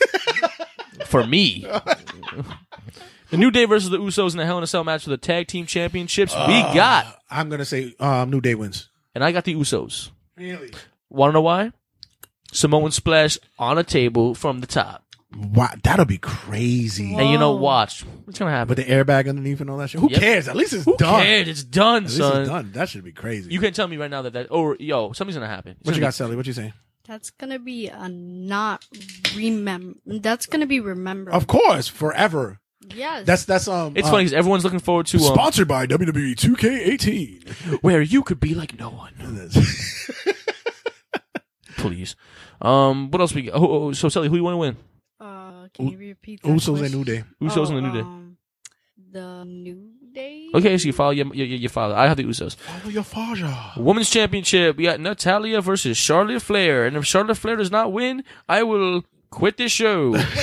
for me. the New Day versus the Usos in the Hell in a Cell match for the tag team championships. we
Uh,
got,
I'm gonna say um, New Day wins.
and I got the Usos.
Really?
Want to know why? Samoan splash on a table from the top,
Wow, that'll be crazy.
and you know, watch what's gonna happen.
With the airbag underneath and all that shit. Who
Yep.
cares? At least it's
Who
done.
cares? It's done,
At least
son.
it's done. That should be crazy.
You can tell me right now that that oh yo something's gonna happen. It's
what you
gonna
got, Sally? What you saying?
That's gonna be a not remember. That's gonna be remembered.
Of course, forever.
Yes.
That's that's um.
It's
um,
funny 'cause everyone's looking forward to um,
sponsored by E WWE 2K18,
where you could be like no one.
Uh,
Please. Um, what else we got? Oh, oh, oh, so Sally, who you want to win?
Uh, can you repeat? That
Usos and
question?
New Day.
Usos and the New Day.
um, the New Day.
Okay, so you follow your your, your father. I have the Usos.
Follow Oh, your father.
Women's Championship. We got Natalia versus Charlotte Flair, and if Charlotte Flair does not win, I will quit this show.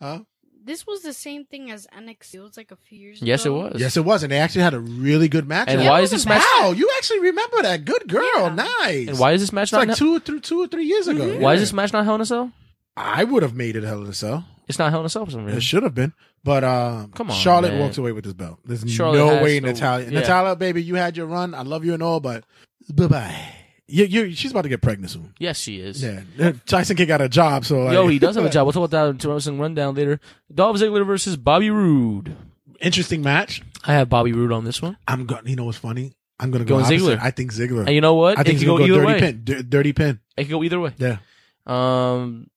Oh.
This was the same thing as NXT. It was like a few years.
yes, it was.
Yes, it was, and they actually had a really good match.
And why is this match-
Wow, you actually remember that? Good girl, nice.
And why is this
It's
match not
like
in-
two, through two or three years ago?
Why is this match not Hell in a Cell?
I would have made it Hell in a Cell.
It's not Hell in a Cell for some reason.
It should have been, but um,
Come on,
Charlotte
man.
walks away with this belt. There's
Charlotte
no
has
way,
to-
Natalia.
yeah.
Natalia, baby, you had your run. I love you and all, but bye bye. You, you, she's about to get pregnant soon.
Yes, she is.
Yeah, Tyson Kidd got a job, so like,
Yo, he does have a job. We'll talk about that in Toronto's rundown later. Dolph Ziggler versus Bobby Roode.
Interesting match.
I have Bobby Roode on this one.
I'm going. You know what's funny? I'm gonna go
Going
opposite.
Ziggler.
I think Ziggler.
And you know what?
I
It
think
could
he's
go
gonna go
either
dirty
way.
pin. D- dirty pin.
It can go either way.
Yeah.
Um,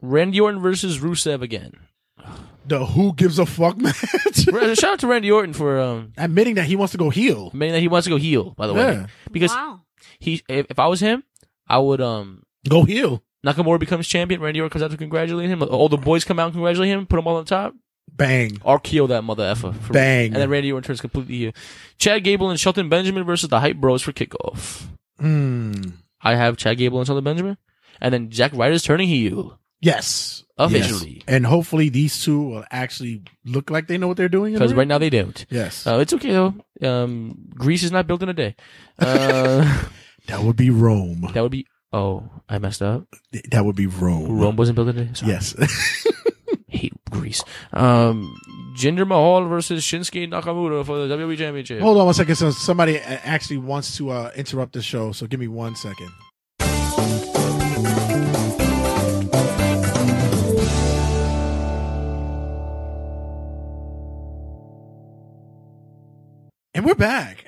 Randy Orton versus Rusev again.
The who gives a fuck match.
Ra- Shout out to Randy Orton for um,
Admitting that he wants to go heel.
admitting that he wants to go heel. By the way,
Yeah.
because he, if, if I was him, I would um
Go heel.
Nakamura becomes champion. Randy Orton comes out to congratulate him. All the boys come out and congratulate him. Put him all on top.
Bang.
RKO that mother effer. For-
Bang.
And then Randy Orton turns completely heel. Chad Gable and Shelton Benjamin versus the Hype Bros for kickoff.
Hmm.
I have Chad Gable and Shelton Benjamin, and then Jack Ryder's turning heel.
Yes.
Officially.
Yes. And hopefully these two will actually look like they know what they're doing. in the
Because
ring.
right now they don't.
Yes.
Uh, it's okay though. Um, Greece is not built in a day. Uh,
that would be Rome.
that would be. Oh, I messed up.
That would be Rome.
Rome wasn't built in a day. Sorry.
Yes.
Hate Greece. Um, Jinder Mahal versus Shinsuke Nakamura for the WWE Championship.
Hold on one second. So somebody uh, actually wants to uh, interrupt the show. So give me one second. And we're back.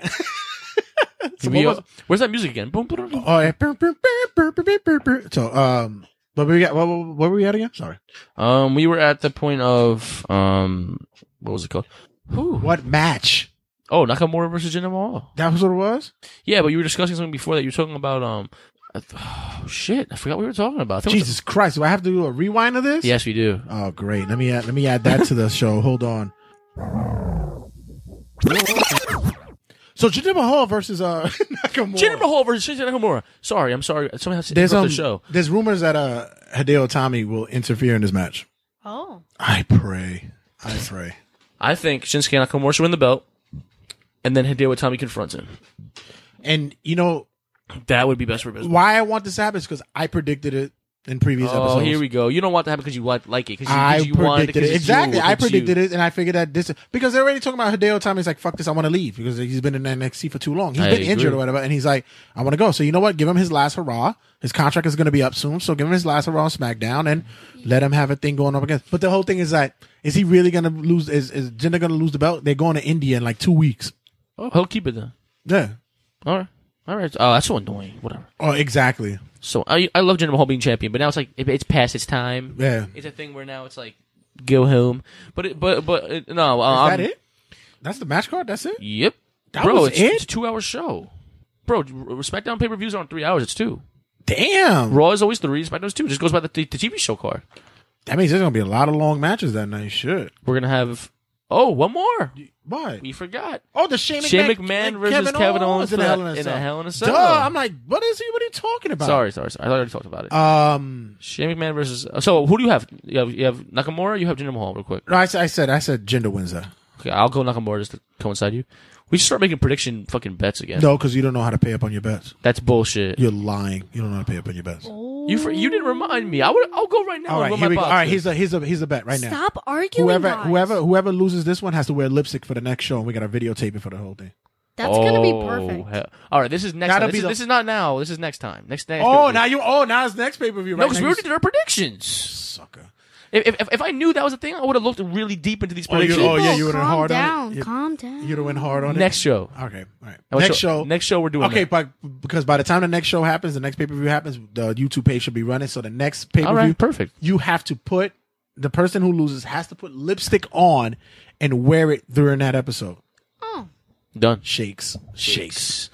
Did we, uh, where's that music again? Boom, boom, boom.
Oh, yeah. Burr, burr, burr, burr, burr, burr, burr. So, um, what were we at? What, what, what were we at again? Sorry.
Um, we were at the point of um, what was it called?
What match?
Oh, Nakamura versus Jinder Mahal.
That was what it was.
Yeah, but you were discussing something before that. You were talking about um, I th- oh, shit, I forgot what we were talking about. I think it was
Jesus Christ! Do I have to do a rewind of this?
the- yes, we do.
Oh, great. Let me add, let me add that to the show. Hold on. So Jinder Mahal versus uh, Nakamura.
Jinder Mahal versus Shinsuke Nakamura. Sorry, I'm sorry. Someone has to
there's
interrupt
um,
the show.
there's rumors that uh Hideo Tommy will interfere in this match.
Oh.
I pray. I pray.
I think Shinsuke Nakamura should win the belt, and then Hideo Itami confronts him.
And you know
That would be best for business.
why I want this to happen is because I predicted it in previous
oh,
episodes.
here we go. You don't want to happen because you like, like it. Because you, 'cause
I
you want
predicted
because
it
it's
exactly.
You,
I
it's you.
predicted it, and I figured that this because they're already talking about Hideo Tommy's like, "Fuck this, I want to leave" because he's been in NXT for too long. He's
I
been injured
agree.
or whatever, and he's like, "I want to go." So you know what? Give him his last hurrah. His contract is going to be up soon, so give him his last hurrah on SmackDown and let him have a thing going up again. But the whole thing is that is he really going to lose? Is is Jinder going to lose the belt? They're going to India in like two weeks.
Oh, he'll keep it then.
Yeah.
All right. All right. Oh, that's so annoying. Whatever.
Oh, exactly.
So I I love Jinder Mahal being champion, but now it's like it, it's past its time.
Yeah.
It's a thing where now it's like go home. But it, but but it, no. Um,
is that it? That's the match card. That's it.
Yep.
That
Bro,
was
it's,
it?
it's a two-hour show. Bro, SmackDown pay-per-views aren't three hours. It's two.
Damn.
Raw is always three. SmackDown's two. It just goes by the, the, TV show card.
That means there's going to be a lot of long matches that night. Shit.
We're gonna have. Oh, one more.
What?
We forgot.
Oh, the Shane McMahon,
Shane McMahon
and
versus Kevin Owens
in a
for
Hell in
that-
a
in a
Cell.
Hell in a Cell.
Duh, I'm like, what is he? What are you talking about?
Sorry, sorry, sorry. I already talked about it.
Um,
Shane McMahon versus. So who do you have? You have, you have Nakamura. You have Jinder Mahal. Real quick.
No, I, said- I said, I said, Jinder wins that.
Okay, I'll go Nakamura just to coincide you. We should start making prediction fucking bets again.
No, because you don't know how to pay up on your bets.
That's bullshit.
You're lying. You don't know how to pay up on your bets.
Oh,
you for, you didn't remind me. I would. I'll go right now.
All right,
and run
here
my
we go. All
box.
right, here's a here's a here's a bet right now.
Stop arguing,
Whoever
guys.
whoever whoever loses this one has to wear lipstick for the next show, and we got to videotape it for the whole thing.
That's gonna be
Oh,
perfect.
hell. All right, this is next.
Gotta
Time. This,
be
is,
the-
this is not now. This is next time. Next next.
Oh, now you. Oh, now it's next pay per view.
No, because we already did our predictions. Sucker. If, if, if I knew that was a thing, I would have looked really deep into these
Oh, you-
predictions.
oh, yeah, you would've Calm hard on it.
Down,
Yeah.
calm down.
You'd have went hard on it.
Next show.
Okay. All right.
Oh,
next
so-
show.
next show we're doing
Okay,
that.
but because by the time the next show happens, the next pay per view happens, the YouTube page should be running. So the next pay per view,
All right, perfect.
You have to put the person who loses has to put lipstick on and wear it during that episode.
Done.
Shakes. Shakes.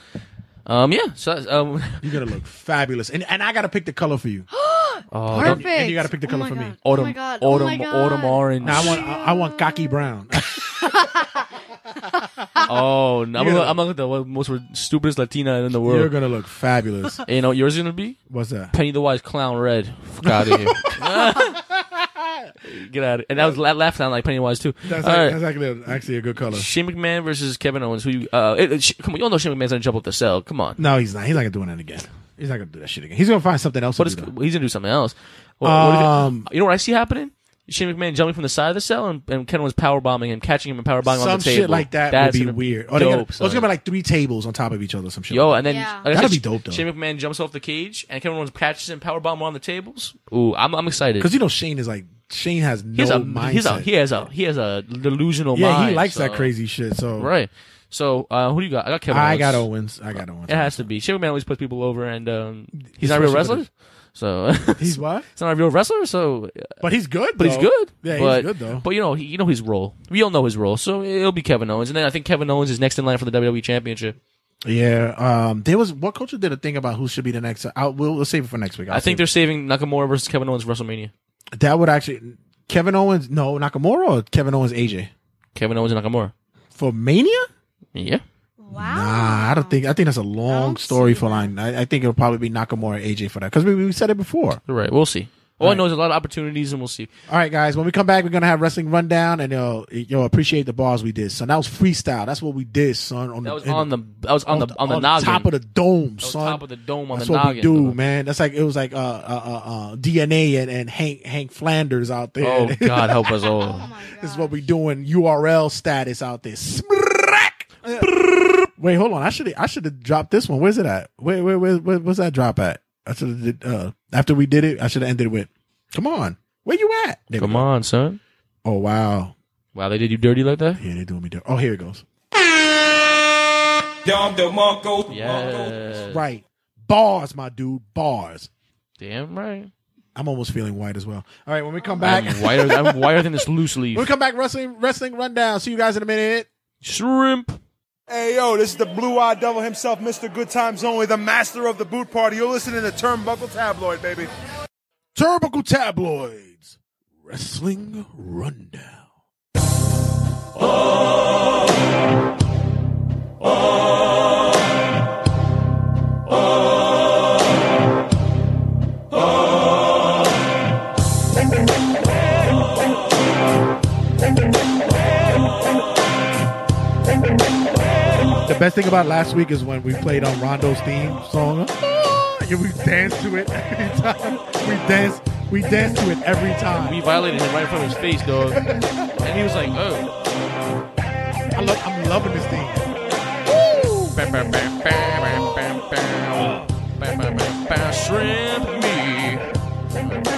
Um. Yeah. So that's, um.
You're gonna look fabulous, and and I gotta pick the color for you.
Oh,
And-
don't-
And you gotta pick the
Oh
color
my
for me.
God. Oh Autumn- my God. Oh autumn- my autumn God. orange.
Now I want I, I want khaki brown.
Oh, no, I'm
You're
gonna,
gonna-
I'm gonna look at the one- most rid- stupidest Latina in the world.
You're gonna look fabulous.
You know, yours is gonna be
What's that?
Penny the Wise Clown Red. Fuck out of here. Get out. of And that was la- laugh sound like Penny Wise too.
That's,
All
like-
right.
that's actually, actually a good color.
Shane McMahon versus Kevin Owens. Who? You, uh, it, it- sh- come on, you all know Shane McMahon's gonna jump up the cell. Come on.
No, he's not. He's not gonna do it again. He's not gonna do that shit again. He's gonna find something else.
What
to
is?
do, though.
He's gonna do something else. What- what if it-
Um,
you know what I see happening? Shane McMahon jumping from the side of the cell and, and Kevin Owens power bombing him, catching him and power bombing
some
on the table.
shit like that
That's
would be
gonna
weird. Oh, Or
Dope,
they're gonna, or it's
son.
gonna be like three tables on top of each other. Some shit.
Yo,
like
and then
Yeah.
like I
That'd
said,
be dope, though.
Shane McMahon jumps off the cage, and Kevin Owens catches him, powerbomb him on the tables. Ooh, I'm I'm excited
because you know Shane is like Shane has no
he's a
mindset.
he's a he has a he has a delusional
yeah,
mind.
he likes
so-
that crazy shit. So
right. So uh, who do you got? I got Kevin.
I
Owens.
got Owens. I got Owens.
It has to be Shane McMahon always puts people over, and um, he's
He's
not a real
special
wrestler. So
He's what?
He's not a real wrestler. So
But he's good.
but he's
though.
good.
Yeah, he's
but,
good though.
But you know, he, you know his role. We all know his role. So it'll be Kevin Owens, and then I think Kevin Owens is next in line for the WWE Championship.
Yeah. Um. There was what culture did a thing about who should be the next. I, we'll, we'll save it for next week. I'll
I think
save
they're saving Nakamura versus Kevin Owens WrestleMania.
it. that would actually Kevin Owens. No, Nakamura or Kevin Owens AJ
Kevin Owens and Nakamura.
for Mania.
Yeah.
Nah, I don't think. I think that's a long story for line. I, I think it'll probably be Nakamura AJ for that because we, we said it before.
Right. We'll see. All, I know is a lot of opportunities, and we'll see.
All right, guys. When we come back, we're gonna have wrestling rundown, and you'll you'll appreciate the bars we did. Son, that was freestyle. That's what we did, son. On
That
the,
was
in-
on the that was on, the on the noggin.
top of the dome,
That was
son.
top of the dome on
That's
the
what
noggin.
we do, man. That's like it was like uh, uh, uh, uh, DNA and, and Hank Hank Flanders out there.
Oh God, help us
Oh,
all.
this is what we doing. URL status out there. Wait, hold on. I should I should have dropped this one. Where's it at? Where where where, where what's that drop at? I should have did uh after we did it, I should have ended with Come on. Where you at? There we
Come
go.
on, son.
Oh wow.
Wow, they did you dirty like that?
Yeah, they doing me dirty. Oh, here it goes.
Dom DeMarco.
Yeah.
Right. Bars, my dude. Bars.
Damn right.
I'm almost feeling white as well. All right, when we come back
I'm whiter, I'm whiter than this loose leaf.
when we come back wrestling wrestling rundown. See you guys in a minute.
Shrimp.
Hey yo, this is the blue-eyed devil himself, Mr. Good Times Only, the master of the boot party. You're listening to Turnbuckle Tabloid, baby.
Turbical Tabloids Wrestling Rundown. The best thing about last week is when we played on Rondo's theme um, song.
Yeah, we dance to it every time. We dance, we dance to it every time.
We violated him right in front of his face, dog. And he was like, oh.
I love, I'm loving this thing.
Bam, bam, bam, bam, bam, bam, bam. Bam, bam, bam, bam. Shrimp me.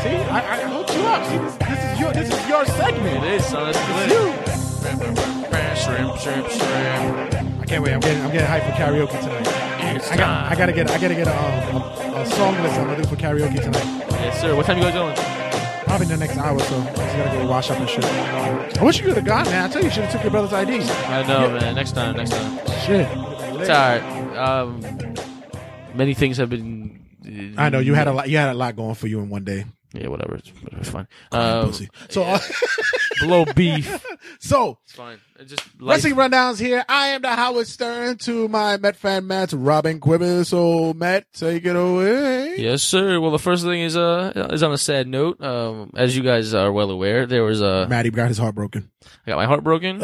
See, I, I hooked you up. See, this, this is your, this is your segment.
It is, son. It's,
you.
Bam, bam, bam, bam. Shrimp, shrimp, shrimp.
I can't wait. I'm getting, I'm getting hyped for karaoke tonight. I got, I gotta get, I gotta get a, um, a, a song list I'm gonna do for karaoke tonight.
Yes, sir. What time you guys going?
Probably in the next hour or so. I just gotta go wash up and shit. I wish you could have gone, man. I tell you, you should have took your brother's ID.
I know, man. Next time, next time.
Shit.
It's alright. Um, many things have been.
I know you had a lot. You had a lot going for you in one day.
Yeah, whatever. It's, it's fine.
Crying
Um,
pussy. So,
blow beef.
So,
It's fine. It's just life.
Wrestling Rundowns here. I am the Howard Stern to my Met fan, Matt Robin Quibbers. So, Matt, take it away.
Yes, sir. Well, the first thing is uh is on a sad note. Um, as you guys are well aware, there was a
Maddie got his heart broken.
I got my heart broken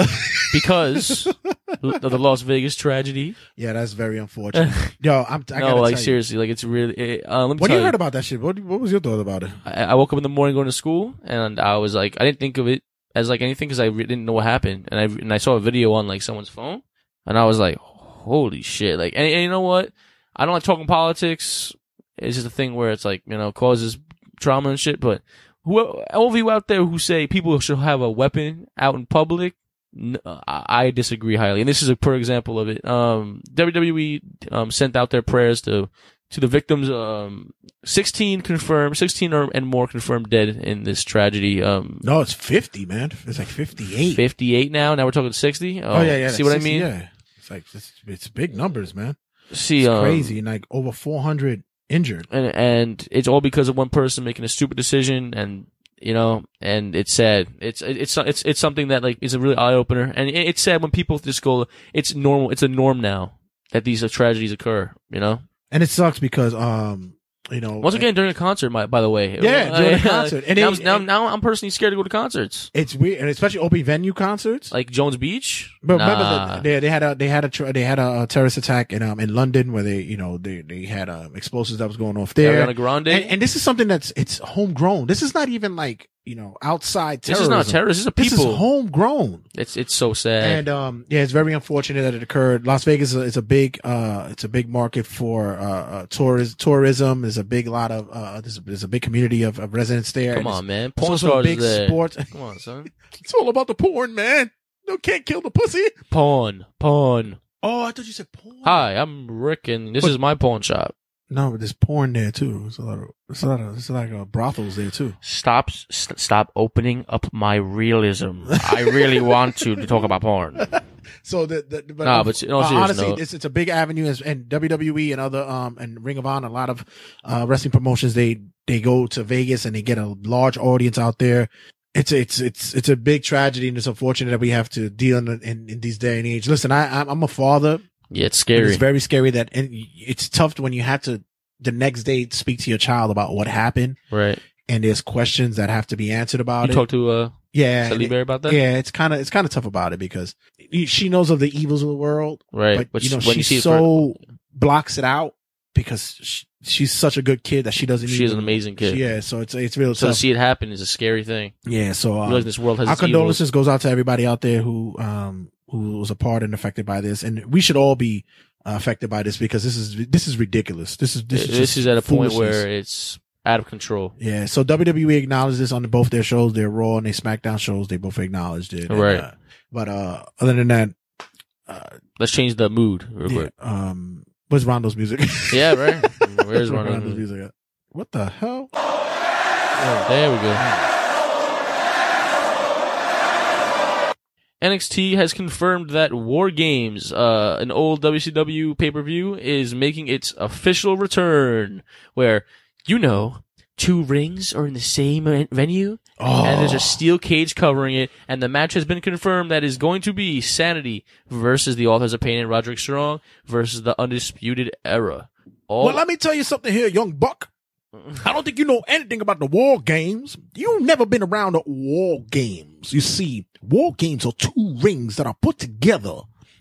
because of the Las Vegas tragedy.
Yeah, that's very unfortunate. Yo, I'm. I gotta
no, like
tell you.
seriously, like it's really. It, uh, let me
What do
tell
you heard about that shit? What, what was your thought about it?
I, I woke up in the morning going to school, and I was like, I didn't think of it as like anything because I re- didn't know what happened, and I and I saw a video on like someone's phone, and I was like, holy shit! Like, and, and you know what? I don't like talking politics. It's just a thing where it's like you know causes trauma and shit. But who all of you out there who say people should have a weapon out in public, n- I I disagree highly. And this is a per example of it. Um, WWE um, sent out their prayers to to the victims. Um, sixteen confirmed, sixteen or and more confirmed dead in this tragedy. Um,
No, it's fifty, man. It's like fifty-eight.
fifty eight now. Now we're talking sixty.
Oh, yeah, yeah.
See what
60,
I mean?
Yeah, it's like it's, it's big numbers, man.
See,
it's
um,
crazy. And like over four hundred injured.
and and it's all because of one person making a stupid decision and you know and it's sad it's it's it's it's something that like is a really eye opener and it- it's sad when people just go it's normal it's a norm now that these uh, tragedies occur you know
And it sucks because um, you know,
once again during a concert my, by the way
Yeah, during a concert. And
and now,
it-
now, now i'm personally scared to go to concerts
it's weird, and especially open venue concerts.
like jones beach
But
Nah.
remember, that they, they had a they had a tra- they had a, uh terrorist attack in um in London where they you know they they had um, explosives that was going off there.
Ariana Grande?
and, and this is something that's it's homegrown. This is not even like you know outside.
This is not
terrorism.
terrorist, this is a
This
people.
is homegrown.
it's it's so sad
And um, yeah, it's very unfortunate that it occurred. Las Vegas is a, is a big, uh, it's a big market for uh, uh tourism. Tourism is a big lot of uh, there's a, there's a big community of, of residents there. And
come on
it's-
man
it's
porn
also a
stars
big
is there.
sport.
come on son
It's all about the porn, man. No, can't kill the pussy.
porn porn
Oh, I thought you said porn.
hi i'm rick and this is my porn shop
No, but there's porn there too. There's a lot of there's a lot of there's a lot of brothels there too.
stop st- stop opening up my realism. I really want to, to talk about porn.
So the, the but,
Nah, but in all
uh,
serious
honestly,
note-
it's it's a big avenue, as, and WWE and other um and Ring of Honor, a lot of uh, wrestling promotions they they go to Vegas and they get a large audience out there. It's it's it's it's a big tragedy, and it's unfortunate that we have to deal in in, in these day and age. Listen, I I'm- I'm a father.
Yeah, it's
and
scary.
It's very scary that, and it's tough when you have to the next day speak to your child about what happened,
right.
and there's questions that have to be answered about
You
it.
talked to uh
Yeah,
Sally
and
Bear
it-
about that?
Yeah, it's kind of it's kind of tough about it because y- she knows of the evils of the world,
Right,
But
which
you know,
when you see
she
it
so blocks it out because she, she's such a good kid that she doesn't.
She is
even-
an amazing kid.
Yeah, so it's it's real
so to
tough.
see it happen is a scary thing.
yeah, so um,
Realizing this world has
our
its evils.
condolences goes out to everybody out there who um who was a part and affected by this, and we should all be uh, affected by this because this is this is ridiculous. This is this is,
This
just
is at a point
foolishness.
where it's out of control.
Yeah, so WWE acknowledged this on both their shows, their Raw and their SmackDown shows. They both acknowledged it, And,
Right.
uh, but uh, other than that, uh,
Let's change the mood real
yeah,
quick.
um, where's Rondo's music?
Yeah, right. Where's
Rondo's
Rondo's
music? at? What the hell?
Oh, There we go. NXT has confirmed that War Games, uh, an old WCW pay per view, is making its official return. Where, you know, two rings are in the same en- venue, and there's a steel cage covering it, and the match has been confirmed that is going to be Sanity versus the Authors of Pain and Roderick Strong versus the Undisputed Era. All
Well, let me tell you something here, young buck. I don't think you know anything about the war games. You've never been around the war games. You see, war games are two rings that are put together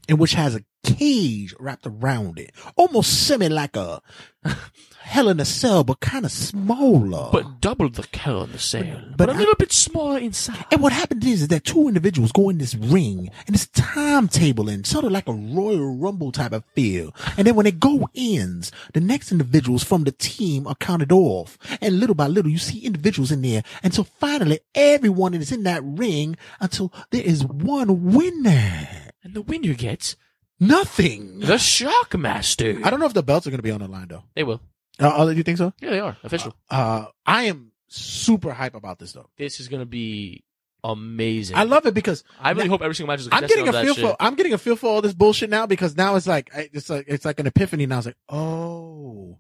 and which has a cage wrapped around it, almost semi like a hell in a cell, but kind of smaller.
But double the hell in the cell.
but, a little bit smaller inside. And what happened is, is that two individuals go in this ring and it's timetable and sort of like a Royal Rumble type of feel. And then when it go ends, the next individuals from the team are counted off. And little by little, you see individuals in there. And so finally, everyone is in that ring until there is one winner.
And the winner gets
nothing.
The Shockmaster.
I don't know if the belts are going to be on the line though.
They will.
Uh, oh, you think so?
Yeah, they are official.
Uh, I am super hype about this though.
this is gonna be amazing.
I love it because
I really
now-
hope every single match is.
I'm getting a
that
feel
shit.
for I'm getting a feel for all this bullshit now because now it's like I- it's like it's like an epiphany now. It's like oh,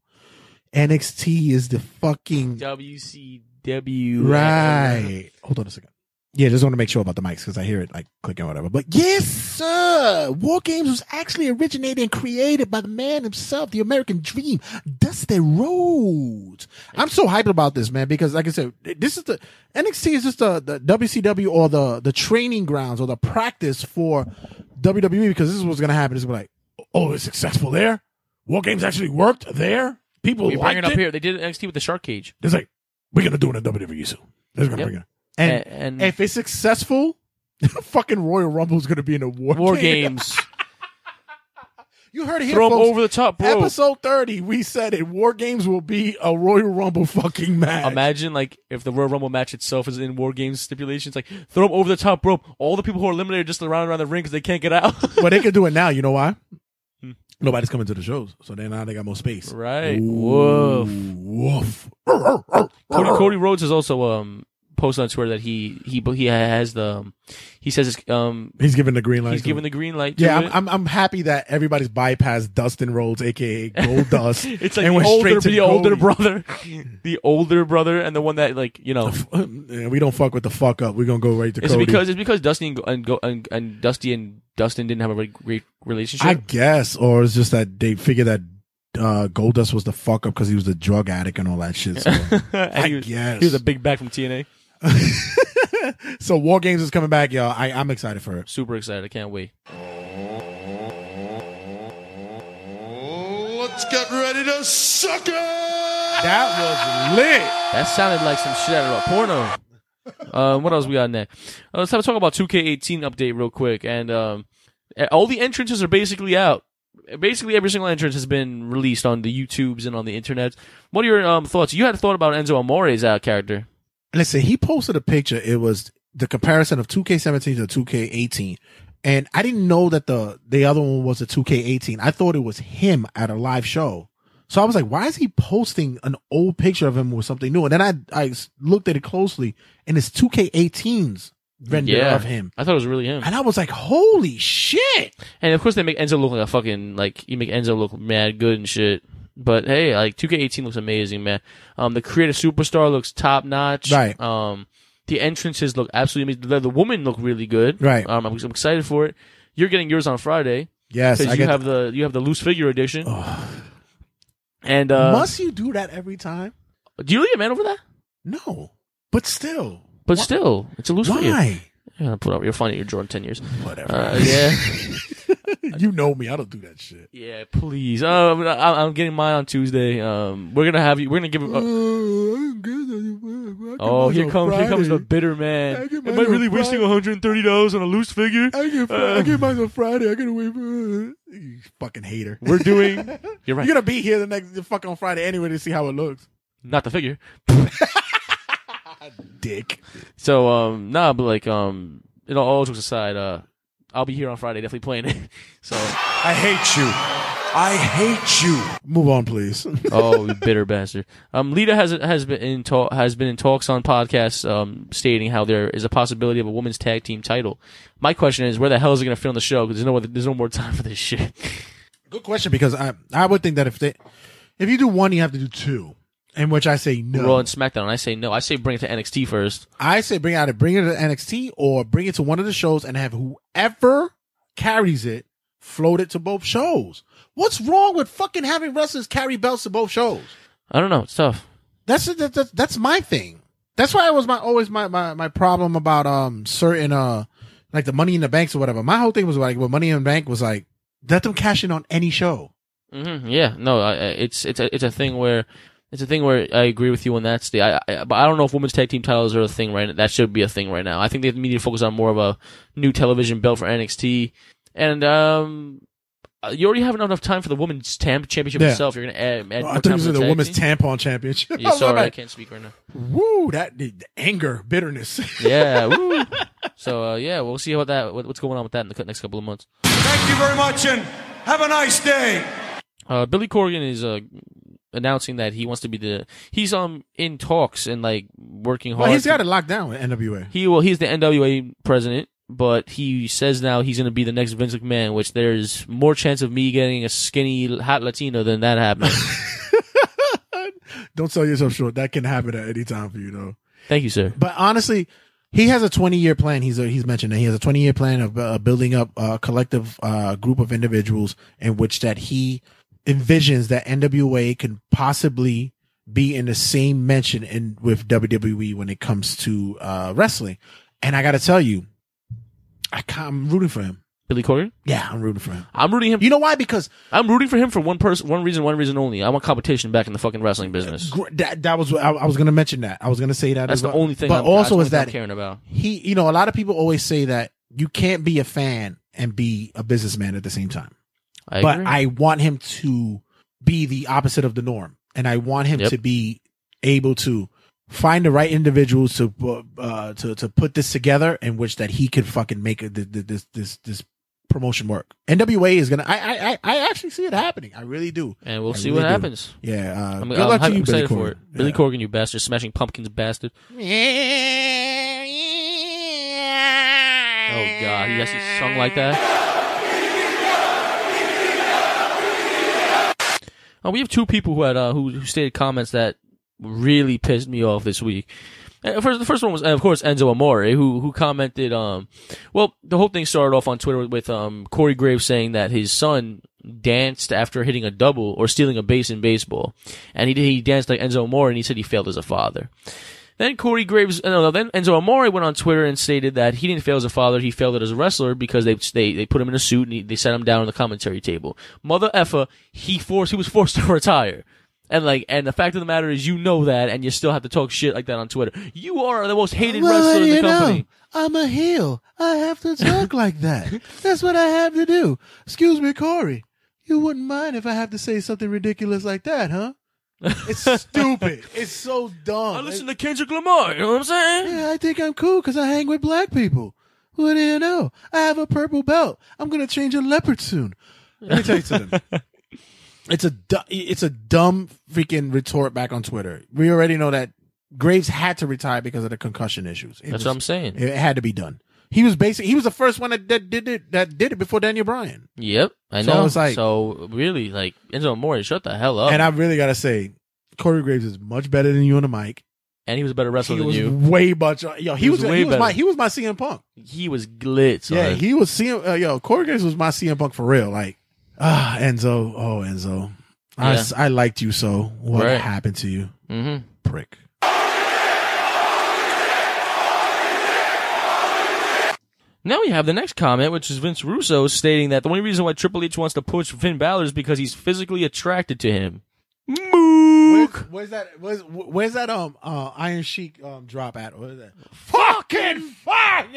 NXT is the fucking
WCW.
right. Hold on a second. Yeah, just want to make sure about the mics because I hear it like clicking or whatever. But yes, sir, War Games was actually originated and created by the man himself, the American Dream, Dusty Rhodes. I'm so hyped about this, man, because like I said, this is the NXT is just the, the WCW or the the training grounds or the practice for WWE because this is what's gonna happen. It's gonna be like, oh, it's successful there. War Games actually worked there. People
We bring
liked
it up here. They did it in NXT with the Shark Cage.
It's like we're gonna do it in WWE soon. That's gonna
Yep.
bring it. And,
And-
and if it's successful, fucking Royal Rumble is gonna be in a war.
War
game.
games.
you heard it here,
Throw 'em
folks.
over the top, bro.
Episode thirty, we said it. War games will be a Royal Rumble fucking match.
Imagine like if the Royal Rumble match itself is in War Games stipulations, like throw them over the top rope. All the people who are eliminated are just around around the ring because they can't get out.
but they can do it now. You know why? Nobody's coming to the shows, so then now they got more space.
Hmm. right.
Woof.
Woof.
Woof.
Cody, Cody Rhodes has also um posted on Twitter that he he he has the um, he says it's, um
He's giving the green light.
he's
to it.
giving the green light. to
Yeah,
it.
I'm, I'm I'm happy that everybody's bypassed Dustin Rhodes, aka Gold Dust.
It's like
and
the
went straight
older,
to
the older
Cody.
brother, the older brother, and the one that like you know.
Yeah, we don't fuck with the fuck up. We're gonna go right to
It's
Cody.
because it's because Dusty and, Go- and, Go- and and Dusty and Dustin didn't have a really great relationship.
I guess, or it's just that they figured that uh, Goldust was the fuck up because he was a drug addict and all that shit. So,
I he was,
guess.
he was a big back from TNA.
so War Games is coming back, y'all. I, I'm excited for it.
Super excited! I can't wait.
Let's get ready to suck it!
That was lit.
That sounded like some shit out of a porno. um, what else we got next? Uh, let's have a talk about 2K18 update real quick. And um, eh, all the entrances are basically out. Basically, every single entrance has been released on the YouTubes and on the internet. What are your um, thoughts? You had a thought about Enzo Amore's uh, character.
Listen, he posted a picture. It was the comparison of 2K17 to 2K18. And I didn't know that the the other one was a 2K18. I thought it was him at a live show. So I was like, why is he posting an old picture of him with something new? And then I I s- looked at it closely and it's 2K18's render
Yeah.
of him.
I thought it was really him.
And I was like, holy shit.
And of course, they make Enzo look like a fucking like you make Enzo look mad good and shit. But hey, like 2K18 looks amazing, man. Um, the creative superstar looks top notch.
Right.
Um, the entrances look absolutely amazing. The, the women look really good.
Right.
Um, I'm, I'm excited for it. You're getting yours on Friday.
Yes, I
Because you
get
have the you have the loose figure edition. And uh,
Must you do that every time?
do you really get mad over that?
No. But still.
But still, it's a loose figure.
Why?
Yeah, I'll put up. You're funny. You're Jordan ten years. Whatever. yeah.
you know me. I don't do that shit.
Yeah, please. Um, I, I'm getting mine on Tuesday. Um, we're gonna have you. We're gonna give. A, oh, here comes here comes the bitter man.
get
Am I
mine on
really wasting
Friday.
130 dollars on a loose figure?
I get,
Uh,
I get mine on Friday. I gotta wait for uh, you fucking hater.
We're doing- You're right.
You're gonna be here the next the fuck on Friday anyway to see how it looks.
Not the figure.
Dick.
So um, nah, but like um, you know, all jokes aside, uh, I'll be here on Friday, definitely playing it. so I hate you. I hate you.
Move on, please.
oh, you bitter bastard. Um, Lita has has been in talk, has been in talks on podcasts, um, stating how there is a possibility of a women's tag team title. My question is, where the hell is it going to fit on the show? Because there's no other- there's no more time for this shit.
Good question because I I would think that if they if you do one, you have to do two. In which I say no.
Raw and SmackDown. And I say no. I say bring it to NXT first.
I say bring out it, bring it to NXT or bring it to one of the shows and have whoever carries it float it to both shows. What's wrong with fucking having wrestlers carry belts to both shows?
I don't know. It's tough.
That's that, that, that's my thing. That's why it was my always my, my my problem about um certain uh like the money in the banks or whatever. My whole thing was like, well, money in the bank was like, let them cash in on any show.
hmm Yeah, no, I, I- it's it's a, it's a thing where it's a thing where I agree with you on that. Steve. I, I but I don't know if women's tag team titles are a thing right. now. That should be a thing right now. I think they need to focus on more of a new television belt for NXT, and um, uh, you already have enough time for the women's tam- championship
Yeah.
itself. You're gonna add, add
Oh,
more
I thought
time
it was
for
the,
the tag
women's Oh,
team?
tampon championship.
Yeah,
I was
sorry,
like,
I can't speak right now.
Woo, that the anger, bitterness.
Yeah. woo. So uh, yeah, we'll see what that what, what's going on with that in the next couple of months.
Thank you very much and have a nice day.
Uh, Billy Corgan is uh, announcing that he wants to be the he's um in talks and like working hard.
well, he's
to-
got it locked down with NWA.
He well, he's the NWA president, but he says now he's going to be the next Vince McMahon, which there's more chance of me getting a skinny hot Latino than that happening.
Don't sell yourself short. That can happen at any time for you, though.
Thank you, sir.
But honestly, he has a 20 year plan. He's a, he's mentioned that he has a 20 year plan of uh, building up a collective uh, group of individuals in which that he envisions that NWA can possibly be in the same mention in with WWE when it comes to uh, wrestling. And I got to tell you, I ca- I'm rooting for him.
Billy Corgan?
Yeah, I'm rooting for him.
I'm rooting him.
You know why? Because
I'm rooting for him for one person, one reason, one reason only. I want competition back in the fucking wrestling business.
Gr- That that was what I, I was going to mention that. I was going to say that.
That's
as
the
well.
only thing.
But
I'm,
also
that's
is
the only
that
thing I'm caring about.
he you know a lot of people always say that you can't be a fan and be a businessman at the same time
I
but
agree.
i want him to be the opposite of the norm and i want him
Yep.
to be able to find the right individuals to uh to to put this together in which that he could fucking make a, th- th- this this this promotion work nwa is gonna i i I- i actually see it happening i really do
And we'll
I
see
really
what
do.
happens.
yeah uh,
I'm,
good
I'm
luck
hyped-
to you billy
I'm excited for
Corgan.
it. Billy Corgan, you bastard, smashing pumpkins, bastard. Oh god, he actually sung like that. Uh, we have two people who had uh, who, who stated comments that really pissed me off this week. Uh, First, the first one was, uh, of course, Enzo Amore, who who commented. Um, well, the whole thing started off on Twitter with um, Corey Graves saying that his son danced after hitting a double or stealing a base in baseball, and he did, he danced like Enzo Amore, and he said he failed as a father. Then Corey Graves, uh, no, no, then Enzo Amore went on Twitter and stated that he didn't fail as a father, he failed it as a wrestler because they they, they put him in a suit and he, they sat him down on the commentary table. Mother effer, he forced he was forced to retire. And like, and the fact of the matter is, you know that, and you still have to talk shit like that on Twitter. You are the most hated
Well,
wrestler in
you
the company.
know, I'm a heel. I have to talk like that. That's what I have to do. Excuse me, Corey. You wouldn't mind if I have to say something ridiculous like that, huh? It's stupid. it's so dumb. I
listen to Kendrick Lamar. You know what I'm saying?
Yeah, I think I'm cool because I hang with black people. What do you know? I have a purple belt. I'm gonna change a leopard soon. Let me tell you something. It's a du- it's a dumb freaking retort back on Twitter. We already know that Graves had to retire because of the concussion issues. It
That's what I'm saying.
It had to be done. He was basically he was the first one that, that did it that did it before Daniel Bryan.
Yep, I
So
know.
it's like-
so really, like Enzo Amore, shut the hell up.
And I really gotta say, Corey Graves is much better than you on the mic.
And he was a better
He
wrestler than
was
you.
way much. Yo, he,
He
was,
was way
he was my
better.
he was my CM Punk.
He was glitz.
Yeah,
son.
he was CM. Uh, yo, Corey Graves was my CM Punk for real. Like, ah, Enzo. Oh, Enzo. I,
Yeah.
s- I liked you so. What
Right.
happened to you?
Mm-hmm.
Prick.
Now we have the next comment, which is Vince Russo stating that the only reason why Triple H wants to push Finn Balor is because he's physically attracted to him.
Where's, where's that? Where's, where's that? Um, uh, Iron Sheik um drop at? What is that?
Fucking fire!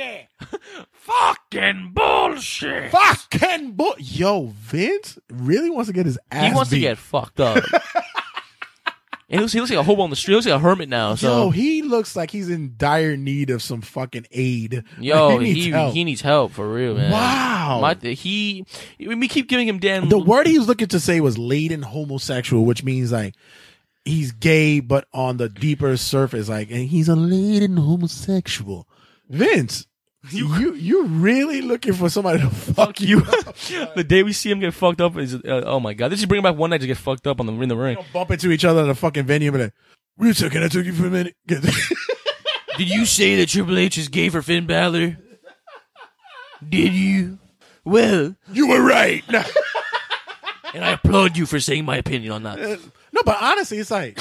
Fucking bullshit. Fucking bull. Yo, Vince really wants to get his ass.
he wants
beat.
to get fucked up. he, looks, he looks like a hobo on the street. He looks like a hermit now.
Yo,
So,
he looks like he's in dire need of some fucking aid.
yo,
Like,
he
needs
he
help.
needs, help for real, man.
Wow.
My, he we keep giving him Dan.
the word he was looking to say was laden homosexual, which means like he's gay, but on the deeper surface, like, and he's a laden homosexual. Vince, you you, really looking for somebody to fuck you? Oh,
the day we see him get fucked up is uh, oh my god. This is bringing back one night to get fucked up on the in the ring.
Bump into each other in a fucking venue, but like, wait a second, I took you for a minute. Get-
Did you say that Triple H is gay for Finn Balor? Did you? Well,
you were right.
and I applaud you for saying my opinion on that.
no, but honestly, it's like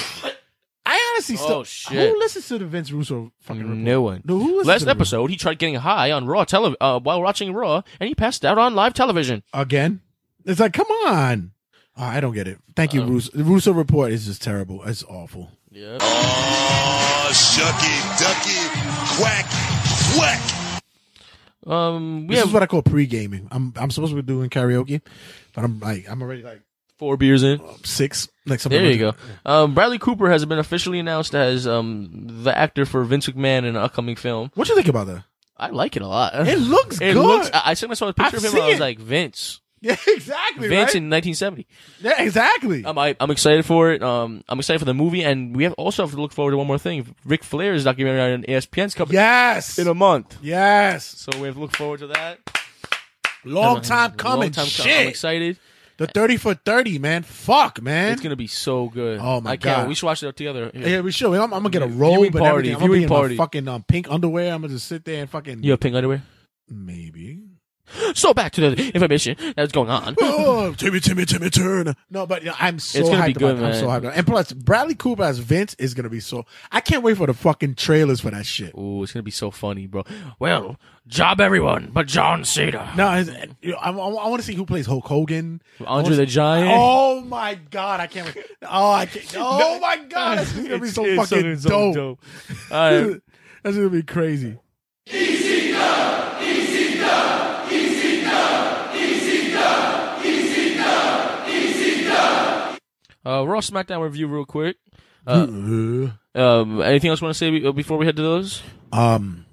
I fantasy stuff.
Oh, shit.
Who listens to the Vince Russo fucking report?
No one.
No, who listens to
Last
the
episode, he tried getting high on Raw tele- uh, while watching Raw, and he passed out on live television.
again? It's like, come on. Oh, I don't get it. Thank
Um,
you, Russo. The Russo report is just terrible. It's awful.
Oh, shucky, ducky, quack, quack.
Um,
this is what I call pre gaming. I'm I'm supposed to be doing karaoke, but I'm like I'm already like
four beers in,
six. Like something
There
like
you go.
that.
Um, Bradley Cooper has been officially announced as um, the actor for Vince McMahon in an upcoming film.
What you think about that?
I like it a lot.
It looks
it
good.
Looks, I, I soon I saw a picture
I've
of him. and I
seen
was
it.
like Vince.
Yeah, exactly.
Vince
right?
in 1970.
Yeah, exactly.
I'm I, I'm excited for it. Um, I'm excited for the movie, and we have also have to look forward to one more thing. Ric Flair's documentary on E ESPN's coming.
Yes,
in a month.
Yes. So
we have to look forward to that.
Long
That's a-
time
long
coming.
time com-
Shit.
I'm excited.
The thirty for thirty, man. Fuck, man.
It's gonna be so good.
Oh my
I can't.
God.
We should watch it together.
yeah. we should. I'm, I'm gonna get a robe and
party,
everything. I'm gonna
viewing
be in my
party.
fucking um, pink underwear. I'm gonna just sit there and fucking.
You have pink underwear.
Maybe.
So back to the information that's going on.
Oh, Timmy, Timmy, Timmy, turn. No, but you know, I'm so
It's gonna
hyped
be good,
about that. I'm so
man.
hyped. About it. And plus, Bradley Cooper as Vince is gonna be so. I can't wait for the fucking trailers for that shit.
Ooh, it's gonna be so funny, bro.
Well, job everyone but John Cena.
No, it's- you know, I, want to see who plays Hulk Hogan,
Andre the Giant.
Oh my god, I can't wait. Oh, I can't. Oh my god, that's gonna be
It's-
so
it's
fucking
so- so
dope.
dope. All right.
that's gonna be crazy.
Uh, Raw SmackDown review real quick. Uh, um, anything else you want to say be- before we head to those?
Um,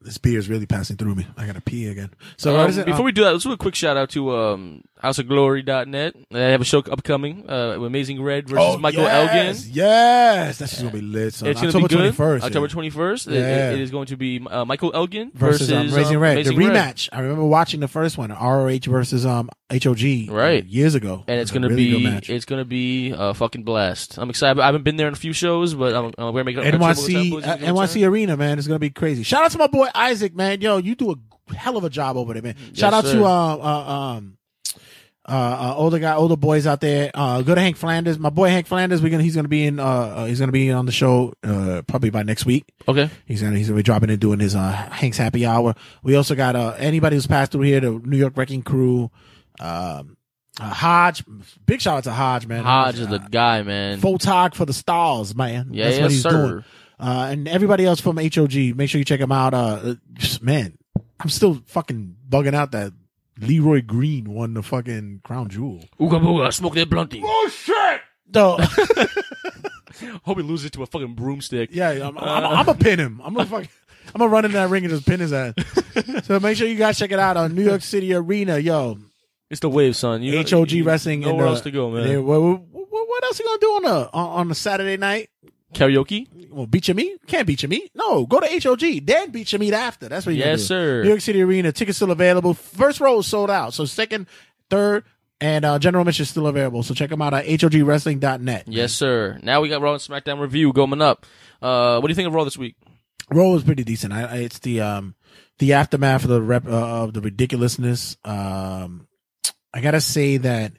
this beer is really passing through me. I gotta pee again. So
Um,
what is it?
before
Um,
we do that, let's do a quick shout out to um, houseofglory.net. They have a show upcoming, uh, Amazing Red versus
oh,
Michael
yes,
Elgin.
Yes, that's just gonna be lit. Son.
It's going to
October
be good.
21st.
October
yeah.
21st. It-
Yeah.
it- it is going to be uh, Michael Elgin
versus,
versus,
um, Raising
um,
Red,
Amazing
the rematch. I remember watching the first one, ROH versus um HOG,
Right.
years ago,
And it's
It was a
gonna
really good
be
match.
it's gonna be a fucking blast. I'm excited. I haven't been there in a few shows, but I'm, I'm gonna make it.
NYC uh, NYC Arena, man. It's gonna be crazy. Shout out to my boy Isaac, man. Yo, you do a hell of a job over there, man. Shout out
sir.
to uh, uh, um. Uh, uh, older guy, older boys out there. Uh, go to Hank Flanders, my boy Hank Flanders. We're gonna he's gonna be in uh, uh he's gonna be on the show uh probably by next week.
Okay,
he's gonna he's gonna be dropping and doing his uh Hank's Happy Hour. We also got uh anybody who's passed through here, the New York Wrecking Crew, um, uh, Hodge. Big shout out to Hodge, man.
Hodge is the guy, man.
Photog for the stars, man.
Yeah,
That's what
yes,
he's
sir.
doing. Uh, and everybody else from HOG, make sure you check him out. Uh, Uh, just- man, I'm still fucking bugging out that Leroy Green won the fucking crown jewel.
Ooga booga, smoke that blunty.
Oh shit!
No,
Hope he loses it to a fucking broomstick.
yeah, I'm,
uh,
I'm, I'm gonna pin him. I'm gonna fucking, I'm gonna run in that ring and just pin his ass. so make sure you guys check it out on New York City Arena, yo.
It's the wave, son. You
HOG
you-
wrestling.
Nowhere
and, uh,
else to go, man.
they- what, what- what- what else you gonna do on a on, on a Saturday night?
Karaoke.
Well, beat your meat? Can't beat your meat. No, go to HOG, then beat your meat after. That's what you gotta
Yes,
do.
sir.
New York City Arena tickets still available. First row is sold out, so second, third, and uh, general admission is still available. So check them out at hogwrestling.net.
Yes, sir. Now we got Raw and SmackDown review going up. Uh, what do you think of Raw this week?
Roll was pretty decent. I, I, it's the um the aftermath of the rep uh, of the ridiculousness. Um, I gotta say that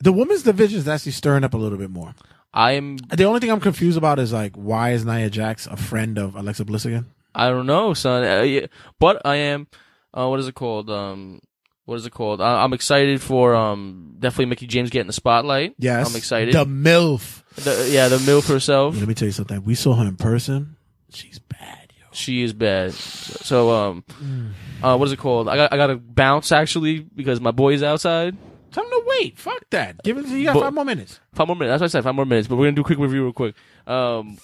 the women's division is actually stirring up a little bit more.
I'm.
The only thing I'm confused about is like why is Nia Jax a friend of Alexa Bliss again?
I don't know, son. Uh, yeah, but I am. Uh, what is it called? Um, what is it called? I, I'm excited for um definitely Mickey James getting the spotlight.
Yes,
I'm excited.
The MILF.
The- yeah, the milf herself.
Let me tell you something. We saw her in person.
She is bad. So um, uh, what is it called? I got I got to bounce actually because my boy is outside.
Tell him to wait. Fuck that. Give it. You got
But-
five more minutes.
Five more minutes. That's what I said. Five more minutes. But we're gonna do a quick review real quick. Um,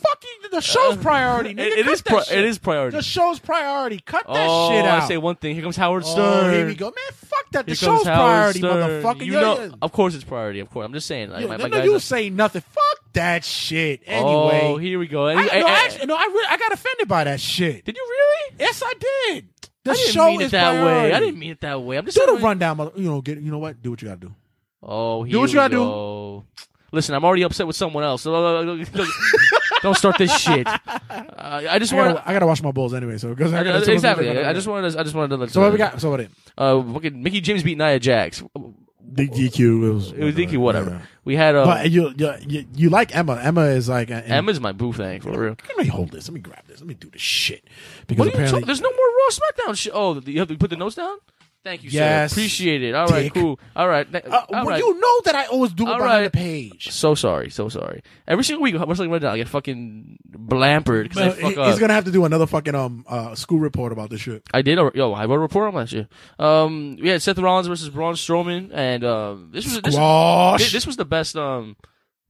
The show's priority. Nigga.
Uh, it
Cut
is
that
pri-
shit.
it is priority.
The show's priority. Cut that
oh,
shit out.
I say one thing. Here comes Howard
Oh,
Stern.
here we go, man. Fuck that. The
Here
show's
comes Howard
priority,
Stern.
motherfucker.
You
Yo,
know,
yo.
of course it's priority. Of course, I'm just saying. Like, my,
no,
my
no,
guys
you
are-
say nothing. Fuck that shit. Anyway.
Oh, here we go.
I,
Any- eh,
no,
I- I-
actually, no, I, re- I got offended by that shit.
Did you really?
Yes, I did. The
I didn't
show
mean
is
it that
priority.
way. I didn't mean it that way. I'm just
do the rundown, mother. You know, get. You know what? Do what you gotta do.
Oh, here
Do what you gotta
we go. Listen, I'm already upset with someone else. Don't start this shit. Uh, I just
I gotta,
want.
I gotta wash my balls anyway, so because
I-
I gotta-
I- exactly. I, I just wanted. To, I just wanted to. Let
So what we got? So what? it- Oh,
Uh, fucking Mickey James beat Nia Jax.
The DQ. It was,
It was DQ, whatever. We had um,
but Uh, you, you you you like Emma. Emma is like a,
Emma's my boo thing for real.
Let me hold this. Let me grab this. Let me do this shit.
What
Because
are you
apparently
talking? There's no more Raw SmackDown shit. Oh, you have to put the notes down. Thank you,
Yes,
sir. Appreciate it. All right,
dick.
cool. All right. Th-
Uh,
all
well,
right.
you know that I always do it
All
behind
right.
the page.
So sorry, so sorry. Every single week, I'm like right now, I get fucking blampered because I
But
fuck
he-
up.
he's gonna have to do another fucking um uh, school report about this shit.
I did. Yo, I wrote a report on last year. Um, we had Seth Rollins versus Braun Strowman, and um, this was this,
Squash.
thi- this was the best. Um,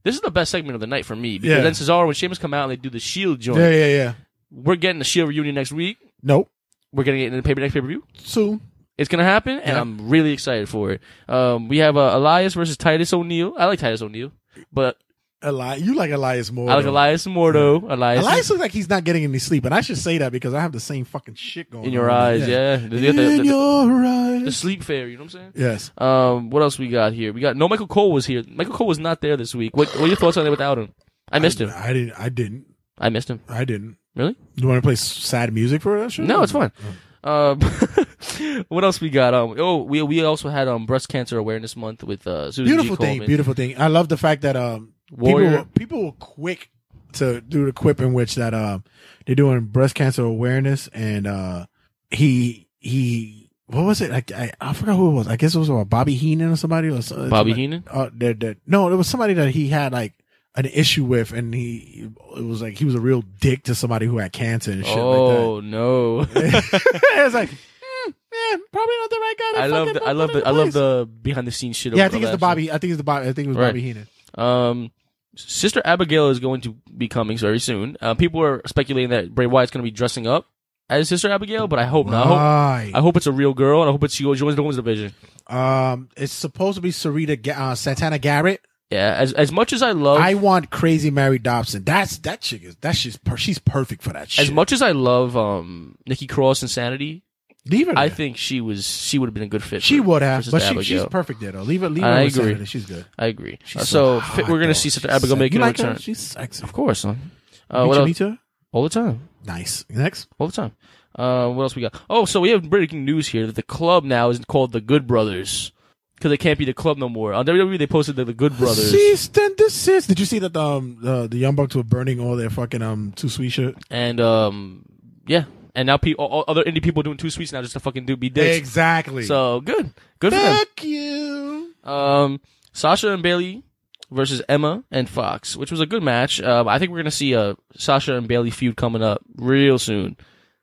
this is the best segment of the night for me because
Yeah.
then Cesaro and Sheamus come out and they do the Shield joint.
Yeah, yeah, yeah.
We're getting the Shield reunion next week.
Nope.
We're gonna get in the paper next pay per view
soon.
It's gonna happen, and
Yeah.
I'm really excited for it. Um, we have uh, Elias versus Titus O'Neil. I like Titus O'Neil, but
Eli, you like Elias more.
I like Elias Mordo. Elias,
Elias looks like he's not getting any sleep, and I should say that because I have the same fucking shit going
in your
on.
eyes, yeah. They got
In your eyes.
the sleep fairy. You know what I'm saying?
Yes.
Um, what else we got here? We got no Michael Cole was here. Michael Cole was not there this week. What, what are your thoughts on it without him? I missed him.
I didn't. I didn't.
I missed him.
I didn't.
Really?
You want to play s- sad music for that shit?
No, it's fine. Um, what else we got? Um, oh, we we also had um breast cancer awareness month with uh Susan G.
beautiful thing.
Komen.
Beautiful thing. I love the fact that um people
Warrior.
were, people were quick to do the quip in which that um they're doing breast cancer awareness and uh he he what was it? I, I, I forgot who it was. I guess it was uh, Bobby Heenan or somebody or so-
Bobby
somebody-
Heenan?
Uh, that, that, no, it was somebody that he had like an issue with, and he it was like he was a real dick to somebody who had cancer and shit.
Oh no!
like that. it's like mm, yeah, probably not the right guy. To
I love
fucking
the,
put
I love
in
the I love
place.
the behind the scenes shit.
Yeah, I
of-
think
of
it's the
that shit.
Bobby. I think it's the Bobby. I think it was Bobby Heenan.
Um, Sister Abigail is going to be coming very soon. Uh, people are speculating that Bray Wyatt's going to be dressing up as Sister Abigail, but I hope not. I
Right.
hope, I hope it's a real girl, and I hope it's she joins the women's division.
Um, it's supposed to be Sarita Ga- uh, Santana Garrett.
Yeah, as as much as I love,
I want Crazy Mary Dobson. That's that chick is that she's per- she's perfect for that shit.
as much as I love um Nikki Cross and Sanity.
Leave her
I think she was she would have been a good fit.
she
for-
would
for
have,
Sister
but she,
Abigail.
she's perfect there though. Leave her, leave her.
I
with
agree.
Santana. She's good.
I agree.
She's so
Uh, so fi-
hot,
we're gonna
though.
see Sister
She's
Abigail
sexy.
making
You
a
like her?
return.
She's sexy.
of course. Son.
Did you
else?
meet her?
All the time.
Nice. Next.
All the time. Uh, what else we got? Oh, so we have breaking news here that the club now is called the Good Brothers because they can't be the club no more. On WWE, they posted that the Good Brothers.
Cease and desist. Did you see that the um, the, the Young Bucks were burning all their fucking um too sweet shit?
and um, yeah, and now people, all, all other indie people doing two sweets now just to fucking do be dicks.
Exactly.
So good, good for them.
Fuck you.
Um, Sasha and Bailey versus Emma and Fox, which was a good match. Um, I think we're gonna see a Sasha and Bailey feud coming up real soon,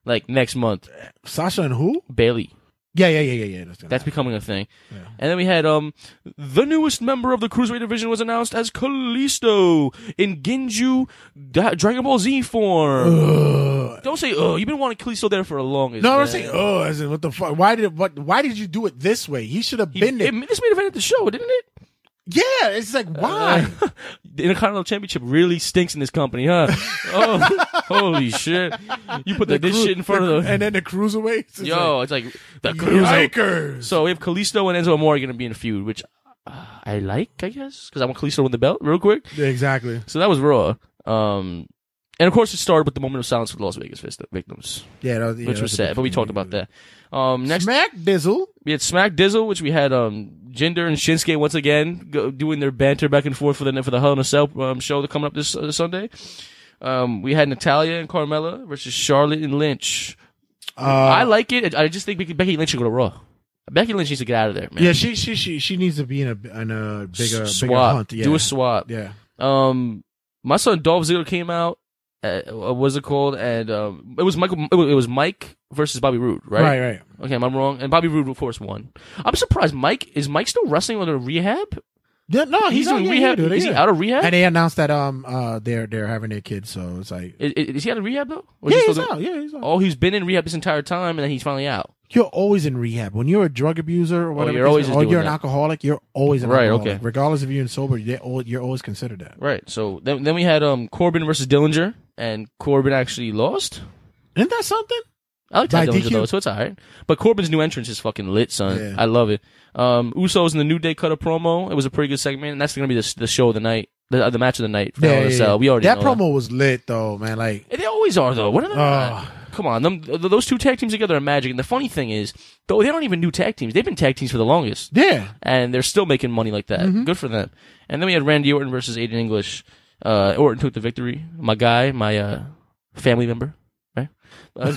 like next month.
Sasha and who?
Bailey.
Yeah, yeah, yeah, yeah, yeah. That's,
That's becoming a thing. And then we had um the newest member of the Cruiserweight division was announced as Kalisto in Ginju Da- Dragon Ball Z form. Don't say oh, you've been wanting Kalisto there for a long
no, I'm saying, oh, as in, what the fuck? Why did what? Why did you do it this way? He should have been there.
this made event at the show, didn't it?
Yeah, it's like
Uh,
why?
The Intercontinental Championship really stinks in this company, huh? oh, holy shit! You put the, this
cru-
shit in front
the-
of the
and then the cruiserweights. It's
Yo,
like-
it's like the
Yikers.
Cruiser. So we have Kalisto and Enzo Amore going to be in a feud, which uh, I like, I guess, because I want Kalisto to win the belt real quick.
Yeah, exactly.
So that was Raw. Um, and of course, it started with the moment of silence for the Las Vegas vis- victims.
Yeah, that was- yeah,
which
that
was
was a
sad,
big
but we talked about that. Um, next,
Smack Dizzle.
we had Smack Dizzle, which we had um, Jinder and Shinsuke once again go, doing their banter back and forth for the for the Hell in a Cell um, show that coming up this uh, Sunday. Um, we had Natalia and Carmella versus Charlotte and Lynch.
Uh,
I like it. I just think Becky- Becky Lynch should go to Raw. Becky Lynch needs to get out of there, man.
Yeah, she she she she needs to be in a in a bigger
S-
bigger
swap.
hunt. Yeah.
Do a swap.
Yeah.
Um, my son Dolph Ziggler came out. Uh, what was it called? And um, it was Michael. It was, it was Mike versus Bobby Roode, right?
Right, right.
Okay, am I wrong? And Bobby Roode, of course, won. I'm surprised. Mike is Mike still wrestling on a rehab?
Yeah, no, he's,
He's
out,
in
yeah,
rehab.
yeah, dude,
Is he
yeah.
out of rehab?
And they announced that um uh they're they're having their kids, so it's like
Is, is he out of rehab though?
Yeah,
he
he's
still-
out. Yeah, he's out.
Oh, he's been in rehab this entire time, and then he's finally out.
you're always in rehab when you're a drug abuser or whatever.
Oh, you're
the case
always
is,
just
or
doing
you're an
that.
alcoholic. You're always an
Right,
alcoholic.
okay.
Regardless if you're in sober, you're al- you're always considered that.
Right. So then, then we had um Corbin versus Dillinger, and Corbin actually lost.
Isn't that something?
I like
By
Ty Dillinger
DQ?
though, so it's alright. But Corbin's new entrance is fucking lit, son.
Yeah.
I love it. Um, Usos and the New Day cut a promo. It was a pretty good segment, and that's gonna be the, the show of the night, the, uh, the match of the night. For Hell in a Cell. We already
that
know Eh,
promo was lit though, man. Like
They always are though. What are they?
Oh.
Come on, them, th- those two tag teams together are magic. And the funny thing is, though they don't even do tag teams. They've been tag teams for the longest.
Yeah.
And they're still making money like that.
Mhm.
Good for them. And then we had Randy Orton versus Aiden English. Uh, Orton took the victory. My guy, my uh, family member, right? Uh,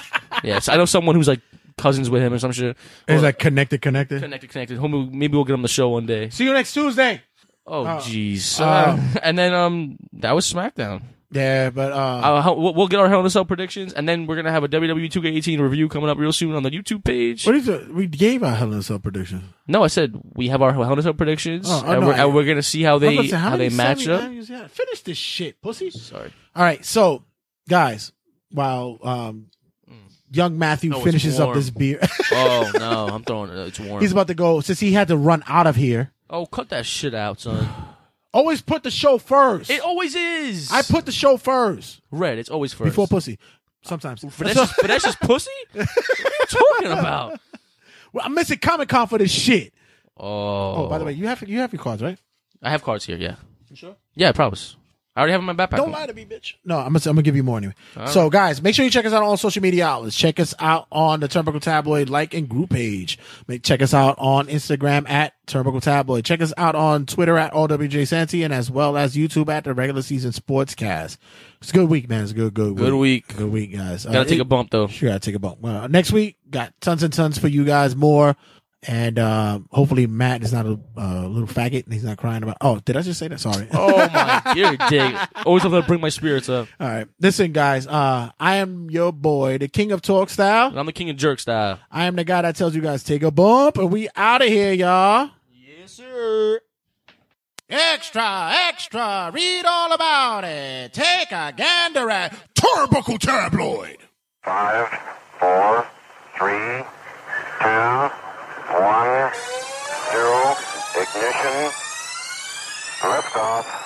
yes, I know someone who's like cousins with him or some shit.
It's
Or-
like connected, connected.
connected, connected. Homie, maybe we'll get him the show one day.
See you next Tuesday.
Oh, jeez.
Uh,
Uh, and then um, that was SmackDown.
Yeah, but uh,
Uh, how- we'll we'll get our Hell in a Cell predictions, and then we're gonna have a E WWE 2K18 review coming up real soon on the YouTube page.
what is it? We gave our Hell in a Cell prediction.
No, I said we have our Hell in a Cell predictions,
Oh, oh,
and,
no,
we're,
I-
and we're gonna see
I
how
was
they
about to say,
how, they
many
match up.
semi-annuals you had? Finish this shit, pussy.
Sorry.
All right, so guys, while um, young Matthew
Mm. No, it's
finishes up
warm.
this beer,
oh no, I'm throwing it. It's warm.
he's about to go since he had to run out of here.
oh, cut that shit out, son.
Always put the show first.
It always is.
I put the show first
Red. It's always first.
before pussy. Sometimes,
but, that's just, but that's just pussy. What are you talking about?
Well, I'm missing Comic Con for this shit.
Oh.
Oh, by the way, you have you have your cards right?
I have cards here. Yeah. You sure? Yeah, I promise. I already have them in my backpack.
Don't lie to me, bitch. No, I'm gonna, I'm gonna give you more anyway.
All
so, guys, make sure you check us out on all social media outlets. Check us out on the Turnbuckle Tabloid like and group page. Make, check us out on Instagram at Turnbuckle Tabloid. Check us out on Twitter at RWJ Santi and as well as YouTube at the regular season sportscast. It's a good week, man. It's a good, good week.
Good week.
Good week, guys. Uh,
Gotta take a bump though.
Sure, gotta take a bump. Well, next week, got tons and tons for you guys more. And uh, hopefully Matt is not a uh, little faggot and he's not crying about. Oh, did I just say that? Sorry.
Oh my, you're a dick. Always have to bring my spirits up.
All right. Listen, guys, uh, I am your boy, the king of talk style.
And I'm the king of jerk style.
I am the guy that tells you guys take a bump, and we out of here, y'all.
Extra, extra, read all about it. Take a gander at Turbuckle Tabloid.
Five, four, three, two, one, zero, ignition, liftoff.